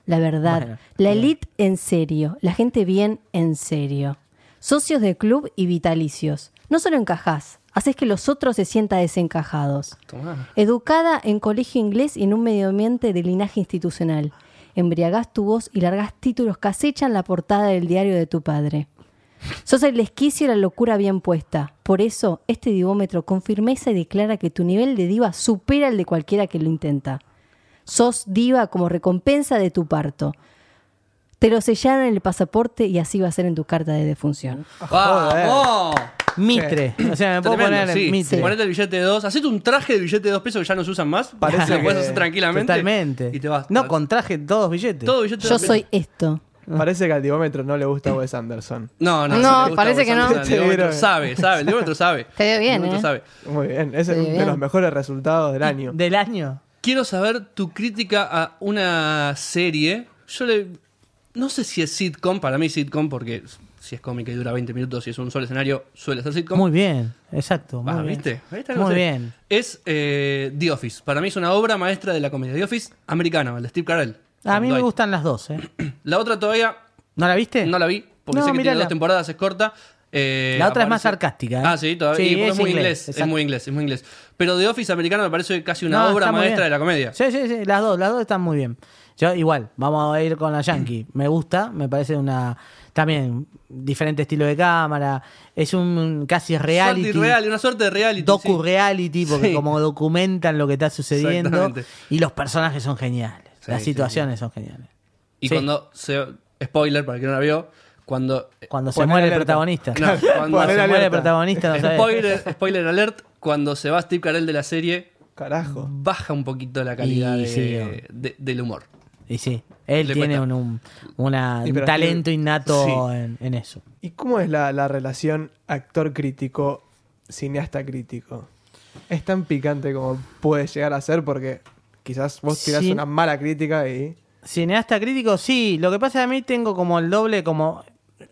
[SPEAKER 4] La verdad.
[SPEAKER 6] Bueno,
[SPEAKER 4] la elite en serio. La gente bien en serio. Socios de club y vitalicios. No solo encajás, haces que los otros se sientan desencajados.
[SPEAKER 2] Tomá.
[SPEAKER 4] Educada en colegio inglés y en un medio ambiente de linaje institucional. Embriagás tu voz y largás títulos que acechan la portada del diario de tu padre. Sos el desquicio y la locura bien puesta. Por eso, este divómetro con firmeza declara que tu nivel de diva supera el de cualquiera que lo intenta. Sos diva como recompensa de tu parto. Te lo sellaron en el pasaporte y así va a ser en tu carta de defunción.
[SPEAKER 3] ¡Vamos!
[SPEAKER 6] Mitre. O sea, me puedo
[SPEAKER 3] Tremendo,
[SPEAKER 6] poner
[SPEAKER 3] sí.
[SPEAKER 6] Mitre.
[SPEAKER 3] Ponete el billete de dos. Hacete un traje de billete de dos pesos que ya no se usan más.
[SPEAKER 5] Parece
[SPEAKER 3] lo
[SPEAKER 5] que-
[SPEAKER 3] puedes hacer tranquilamente.
[SPEAKER 6] Totalmente.
[SPEAKER 3] Y te vas.
[SPEAKER 6] No, con traje todos billetes.
[SPEAKER 3] todo billete de
[SPEAKER 4] Yo
[SPEAKER 3] dos pesos.
[SPEAKER 4] soy esto.
[SPEAKER 5] Parece que al divómetro no le gusta a Wes Anderson.
[SPEAKER 3] No, no.
[SPEAKER 4] No,
[SPEAKER 3] si le gusta
[SPEAKER 4] parece
[SPEAKER 3] a
[SPEAKER 4] que
[SPEAKER 3] Wes
[SPEAKER 4] no.
[SPEAKER 3] Anderson, El
[SPEAKER 5] Te
[SPEAKER 3] otro
[SPEAKER 5] vieron.
[SPEAKER 3] sabe, sabe. El otro sabe.
[SPEAKER 4] Te veo bien,
[SPEAKER 3] El otro
[SPEAKER 4] ¿eh?
[SPEAKER 3] sabe.
[SPEAKER 5] Muy bien, ese es
[SPEAKER 4] Sí,
[SPEAKER 5] uno de
[SPEAKER 4] bien.
[SPEAKER 5] los mejores resultados del año.
[SPEAKER 6] Del año.
[SPEAKER 3] Quiero saber tu crítica a una serie. Yo le. No sé si es sitcom, para mí es sitcom, porque si es cómica y dura 20 minutos y es un solo escenario, suele ser sitcom.
[SPEAKER 6] Muy bien. Exacto. Muy
[SPEAKER 3] Ah,
[SPEAKER 6] bien.
[SPEAKER 3] ¿viste? Ahí está, no
[SPEAKER 6] Muy
[SPEAKER 3] sé.
[SPEAKER 6] bien.
[SPEAKER 3] Es eh, The Office. Para mí es una obra maestra de la comedia. The Office americana, el de Steve Carell.
[SPEAKER 6] A mí me
[SPEAKER 3] Dwight.
[SPEAKER 6] gustan las dos, ¿eh?
[SPEAKER 3] La otra todavía
[SPEAKER 6] ¿No la viste?
[SPEAKER 3] no la vi, porque
[SPEAKER 6] No,
[SPEAKER 3] sé que tiene
[SPEAKER 6] mírala.
[SPEAKER 3] dos temporadas, es corta. Eh,
[SPEAKER 6] La otra es más sarcástica, ¿eh?
[SPEAKER 3] Ah, sí, todavía.
[SPEAKER 6] Sí,
[SPEAKER 3] y porque
[SPEAKER 6] es
[SPEAKER 3] es muy
[SPEAKER 6] inglés,
[SPEAKER 3] inglés, es
[SPEAKER 6] exacto.
[SPEAKER 3] muy inglés, es muy inglés. Pero The Office americano me parece casi una
[SPEAKER 6] No,
[SPEAKER 3] obra
[SPEAKER 6] está muy
[SPEAKER 3] maestra
[SPEAKER 6] bien.
[SPEAKER 3] de la comedia.
[SPEAKER 6] Sí, sí, sí, las dos, las dos están muy bien. Yo igual, vamos a ir con la Yankee. Me gusta, me parece una también diferente estilo de cámara, es un casi reality.
[SPEAKER 3] Suerte y real, una suerte de reality.
[SPEAKER 6] Docu
[SPEAKER 3] sí.
[SPEAKER 6] reality, porque
[SPEAKER 3] Sí.
[SPEAKER 6] como documentan lo que está sucediendo
[SPEAKER 3] Exactamente.
[SPEAKER 6] y los personajes son geniales,
[SPEAKER 3] Sí,
[SPEAKER 6] las
[SPEAKER 3] sí,
[SPEAKER 6] situaciones son geniales.
[SPEAKER 3] Y
[SPEAKER 6] Sí.
[SPEAKER 3] cuando se. Spoiler para el que no la vio. Cuando.
[SPEAKER 6] Cuando se
[SPEAKER 5] Poner
[SPEAKER 6] muere el
[SPEAKER 5] alerta.
[SPEAKER 6] protagonista.
[SPEAKER 3] Eh, No, cuando
[SPEAKER 6] Cuando
[SPEAKER 5] Poner
[SPEAKER 6] se
[SPEAKER 5] alerta.
[SPEAKER 6] muere el protagonista, no sabes.
[SPEAKER 3] spoiler, spoiler alert. Cuando se va Steve Carell de la serie,
[SPEAKER 5] Carajo.
[SPEAKER 3] baja un poquito la calidad
[SPEAKER 6] Y
[SPEAKER 3] de-
[SPEAKER 6] sí, o-
[SPEAKER 3] de- del humor.
[SPEAKER 6] Y sí, él
[SPEAKER 3] Le
[SPEAKER 6] tiene
[SPEAKER 3] cuesta.
[SPEAKER 6] un, un- una-
[SPEAKER 5] Sí,
[SPEAKER 6] un
[SPEAKER 5] pero
[SPEAKER 6] talento
[SPEAKER 5] Steve-
[SPEAKER 6] innato
[SPEAKER 5] sí.
[SPEAKER 6] en, en eso.
[SPEAKER 5] ¿Y cómo es la, la relación actor-crítico, cineasta-crítico? Es tan picante como puede llegar a ser porque quizás vos tirás
[SPEAKER 6] Sí.
[SPEAKER 5] una mala crítica y...
[SPEAKER 6] Cineasta crítico, sí. Lo que pasa es que a mí tengo como el doble, como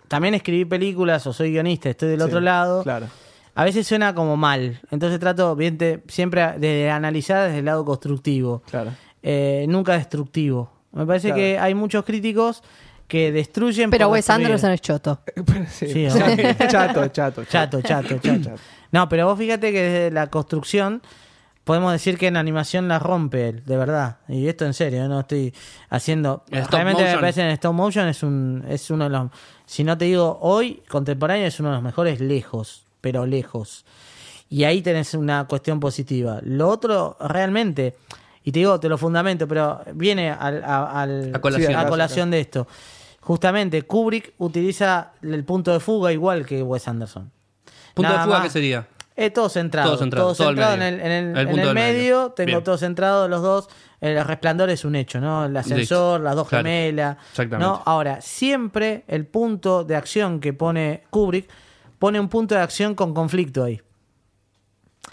[SPEAKER 6] también escribí películas o soy guionista, estoy del
[SPEAKER 5] Sí,
[SPEAKER 6] otro lado.
[SPEAKER 5] Claro.
[SPEAKER 6] A veces suena como mal. Entonces trato bien te- siempre de analizar desde el lado constructivo,
[SPEAKER 5] Claro.
[SPEAKER 6] eh, nunca destructivo. Me parece
[SPEAKER 5] Claro.
[SPEAKER 6] que hay muchos críticos que destruyen.
[SPEAKER 4] Pero
[SPEAKER 6] por
[SPEAKER 4] Wes
[SPEAKER 6] destruir.
[SPEAKER 4] Anderson es choto.
[SPEAKER 5] Sí,
[SPEAKER 6] Sí,
[SPEAKER 5] chato, chato, chato,
[SPEAKER 6] Chato, chato, chato. No, pero vos fíjate que desde la construcción podemos decir que en animación la rompe él, de verdad. Y esto en serio, ¿eh? no estoy haciendo.
[SPEAKER 3] En stop
[SPEAKER 6] Realmente me
[SPEAKER 3] motion.
[SPEAKER 6] parece en stop motion es un es uno de los si no te digo hoy contemporáneo es uno de los mejores lejos, pero lejos. Y ahí tenés una cuestión positiva. Lo otro realmente y te digo, te lo fundamento, pero viene al, a, al-
[SPEAKER 3] A colación.
[SPEAKER 6] a colación de esto. Justamente, Kubrick utiliza el punto de fuga igual que Wes Anderson.
[SPEAKER 3] Punto
[SPEAKER 6] Nada
[SPEAKER 3] de fuga,
[SPEAKER 6] más.
[SPEAKER 3] ¿qué sería?
[SPEAKER 6] Eh, todo centrado.
[SPEAKER 3] Todo centrado, todo al
[SPEAKER 6] centrado en el,
[SPEAKER 3] medio.
[SPEAKER 6] en el,
[SPEAKER 3] El
[SPEAKER 6] en
[SPEAKER 3] punto
[SPEAKER 6] el
[SPEAKER 3] del
[SPEAKER 6] medio.
[SPEAKER 3] medio.
[SPEAKER 6] Tengo
[SPEAKER 3] Bien.
[SPEAKER 6] todo centrado, los dos. El resplandor es un hecho, ¿no? El ascensor, las dos
[SPEAKER 3] Claro.
[SPEAKER 6] gemelas.
[SPEAKER 3] Exactamente.
[SPEAKER 6] ¿no? Ahora, siempre el punto de acción que pone Kubrick pone un punto de acción con conflicto ahí.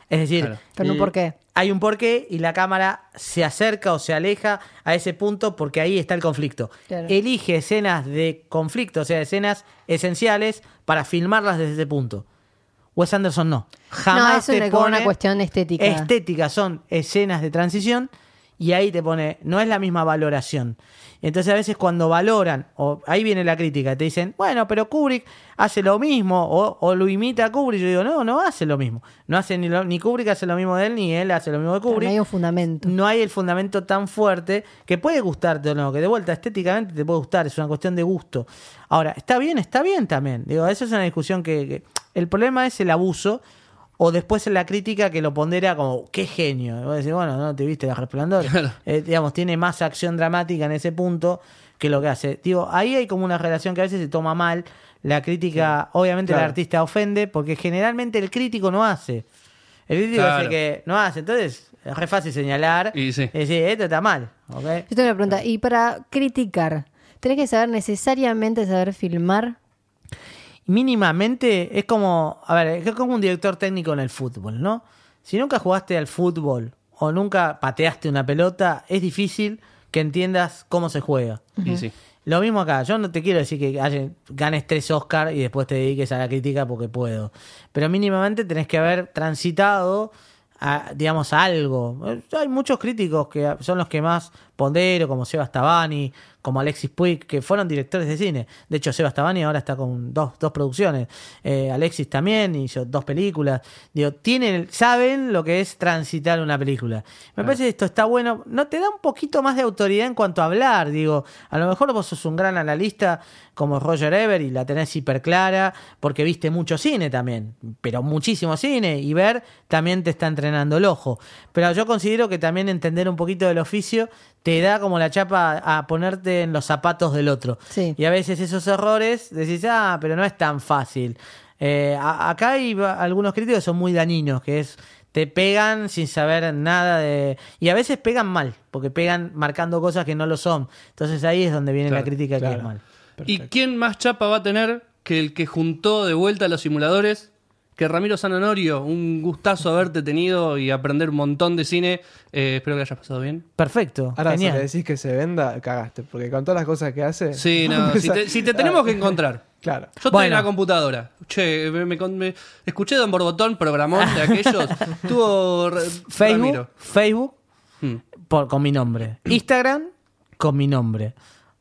[SPEAKER 6] Es decir,
[SPEAKER 3] Claro.
[SPEAKER 4] Con un
[SPEAKER 6] l-
[SPEAKER 4] porqué.
[SPEAKER 6] Hay un porqué y la cámara se acerca o se aleja a ese punto porque ahí está el conflicto.
[SPEAKER 4] Claro.
[SPEAKER 6] Elige escenas de conflicto, o sea, escenas esenciales para filmarlas desde ese punto. Wes Anderson no. Jamás
[SPEAKER 4] No, es
[SPEAKER 6] te
[SPEAKER 4] una, como
[SPEAKER 6] pone
[SPEAKER 4] una cuestión estética.
[SPEAKER 6] estética, son escenas de transición y ahí te pone, no es la misma valoración. Entonces a veces cuando valoran, o ahí viene la crítica, te dicen, bueno, pero Kubrick hace lo mismo, o, o lo imita a Kubrick, yo digo, no, no hace lo mismo. No hace ni, lo- ni Kubrick hace lo mismo de él, ni él hace lo mismo de
[SPEAKER 4] No
[SPEAKER 6] Kubrick.
[SPEAKER 4] hay un fundamento.
[SPEAKER 6] No hay el fundamento tan fuerte que puede gustarte o no, que de vuelta estéticamente te puede gustar, es una cuestión de gusto. Ahora, ¿está bien? Está bien también. Digo, eso es una discusión que, que- El problema es el abuso o después la crítica que lo pondera como, qué genio. Y vos decís, bueno, no te viste la resplandor. Eh, digamos, tiene más acción dramática en ese punto que lo que hace. Digo, ahí hay como una relación que a veces se toma mal. La crítica, obviamente el
[SPEAKER 5] Claro.
[SPEAKER 6] artista ofende, porque generalmente el crítico no hace. El crítico es el
[SPEAKER 3] Claro.
[SPEAKER 6] que Eh, no hace. Entonces, es re fácil señalar
[SPEAKER 3] Y sí.
[SPEAKER 6] decir, esto está mal. ¿ok?
[SPEAKER 4] Yo tengo una pregunta. Y para criticar, ¿tenés que saber necesariamente saber filmar?
[SPEAKER 6] Mínimamente es como, a ver, es como un director técnico en el fútbol, ¿no? Si nunca jugaste al fútbol o nunca pateaste una pelota, es difícil que entiendas cómo se juega.
[SPEAKER 3] Y sí.
[SPEAKER 6] Lo mismo acá, yo no te quiero decir que haya- ganes tres Oscar y después te dediques a la crítica porque puedo. Pero mínimamente tenés que haber transitado, a, digamos, a algo. Eh, Hay muchos críticos que son los que más pondero, como Seba Tabani, como Alexis Puig, que fueron directores de cine. De hecho, Seba Tabani ahora está con dos, dos producciones. Eh, Alexis también hizo dos películas. Digo, tienen, saben lo que es transitar una película. Me parece que esto está bueno. No te da un poquito más de autoridad en cuanto a hablar, digo. A lo mejor vos sos un gran analista como Roger Ever y la tenés hiper clara porque viste mucho cine también, pero muchísimo cine y ver también te está entrenando el ojo. Pero yo considero que también entender un poquito del oficio te da como la chapa a ponerte en los zapatos del otro.
[SPEAKER 4] Sí.
[SPEAKER 6] Y a veces esos errores decís, ah, pero no es tan fácil. Eh, a- acá hay va- algunos críticos que son muy dañinos, que es te pegan sin saber nada de... Y a veces pegan mal, porque pegan marcando cosas que no lo son. Entonces ahí es donde viene
[SPEAKER 3] Claro,
[SPEAKER 6] la crítica que
[SPEAKER 5] claro.
[SPEAKER 6] es mal.
[SPEAKER 3] ¿Y quién más chapa va a tener que el que juntó de vuelta los simuladores? Que Ramiro Sanonorio, un gustazo haberte tenido y aprender un montón de cine. Eh, espero que hayas pasado bien.
[SPEAKER 6] Perfecto.
[SPEAKER 5] Ahora, si le
[SPEAKER 6] genial.
[SPEAKER 5] decís que se venda, cagaste. Porque con todas las cosas que hace.
[SPEAKER 3] Sí, no, si te, si te tenemos que encontrar.
[SPEAKER 5] Claro.
[SPEAKER 3] Yo estoy en
[SPEAKER 6] Bueno.
[SPEAKER 3] la computadora. Che, me, me con- me- escuché Don Borbotón, programón de aquellos. Tuvo re-
[SPEAKER 6] Facebook,
[SPEAKER 3] Ramiro.
[SPEAKER 6] Facebook
[SPEAKER 3] Hmm.
[SPEAKER 6] por, con mi nombre. Instagram con mi nombre.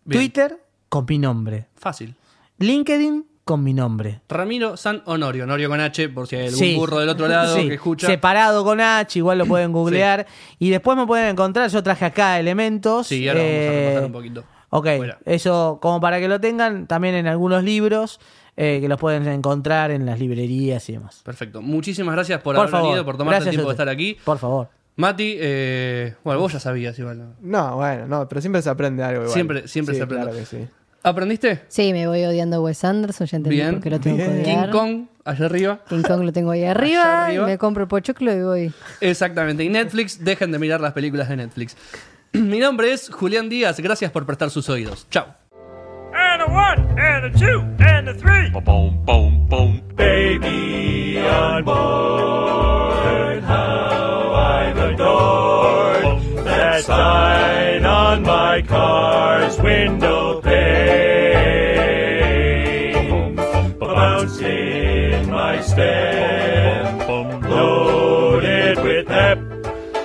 [SPEAKER 3] Bien.
[SPEAKER 6] Twitter con mi nombre.
[SPEAKER 3] Fácil.
[SPEAKER 6] LinkedIn con mi nombre.
[SPEAKER 3] Ramiro San Honorio. Honorio con H, por si hay algún
[SPEAKER 6] Sí.
[SPEAKER 3] burro del otro lado
[SPEAKER 6] Sí.
[SPEAKER 3] que escucha.
[SPEAKER 6] Separado con H, igual lo pueden googlear. Y después me pueden encontrar. Yo traje acá elementos.
[SPEAKER 3] Sí, ahora vamos a
[SPEAKER 6] eh,
[SPEAKER 3] repasar un poquito.
[SPEAKER 6] Ok,
[SPEAKER 3] Fuera.
[SPEAKER 6] eso como para que lo tengan también en algunos libros eh, que los pueden encontrar en las librerías y demás.
[SPEAKER 3] Perfecto. Muchísimas gracias por,
[SPEAKER 6] Por,
[SPEAKER 3] haber
[SPEAKER 6] favor,
[SPEAKER 3] venido, por tomarte
[SPEAKER 6] gracias
[SPEAKER 3] el tiempo
[SPEAKER 6] a
[SPEAKER 3] de estar
[SPEAKER 6] usted.
[SPEAKER 3] aquí.
[SPEAKER 6] Por favor.
[SPEAKER 3] Mati, eh, bueno, vos ya sabías igual. ¿no?
[SPEAKER 5] No, bueno, no, pero siempre se aprende algo igual.
[SPEAKER 3] Siempre- siempre
[SPEAKER 5] Sí,
[SPEAKER 3] se aprende.
[SPEAKER 5] Claro que sí.
[SPEAKER 3] ¿Aprendiste?
[SPEAKER 4] Sí, me voy odiando a Wes Anderson, ya entendí
[SPEAKER 3] Bien.
[SPEAKER 4] por qué lo tengo que odiar.
[SPEAKER 3] King Kong, allá arriba.
[SPEAKER 4] King Kong lo tengo ahí arriba,
[SPEAKER 3] arriba.
[SPEAKER 4] y me compro el pochoclo y voy.
[SPEAKER 3] Exactamente. Y Netflix, dejen de mirar las películas de Netflix. Mi nombre es Julián Díaz. Gracias por prestar sus oídos. Chao.
[SPEAKER 10] and a one, and a two, and a three. Boom, boom, boom, boom. Baby on board, how I've adored that sign on my car's window pane. Bounced in my stem, loaded with hep.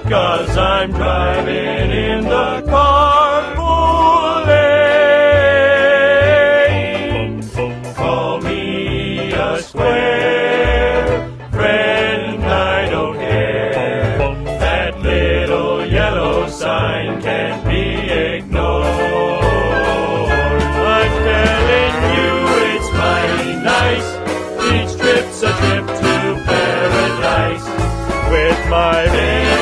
[SPEAKER 10] Cause I'm driving in the carpool lane. Call me a square friend, I don't care. That little yellow sign can't be ignored. I'm telling you, it's mighty nice. Each trip's a trip to paradise with my baby.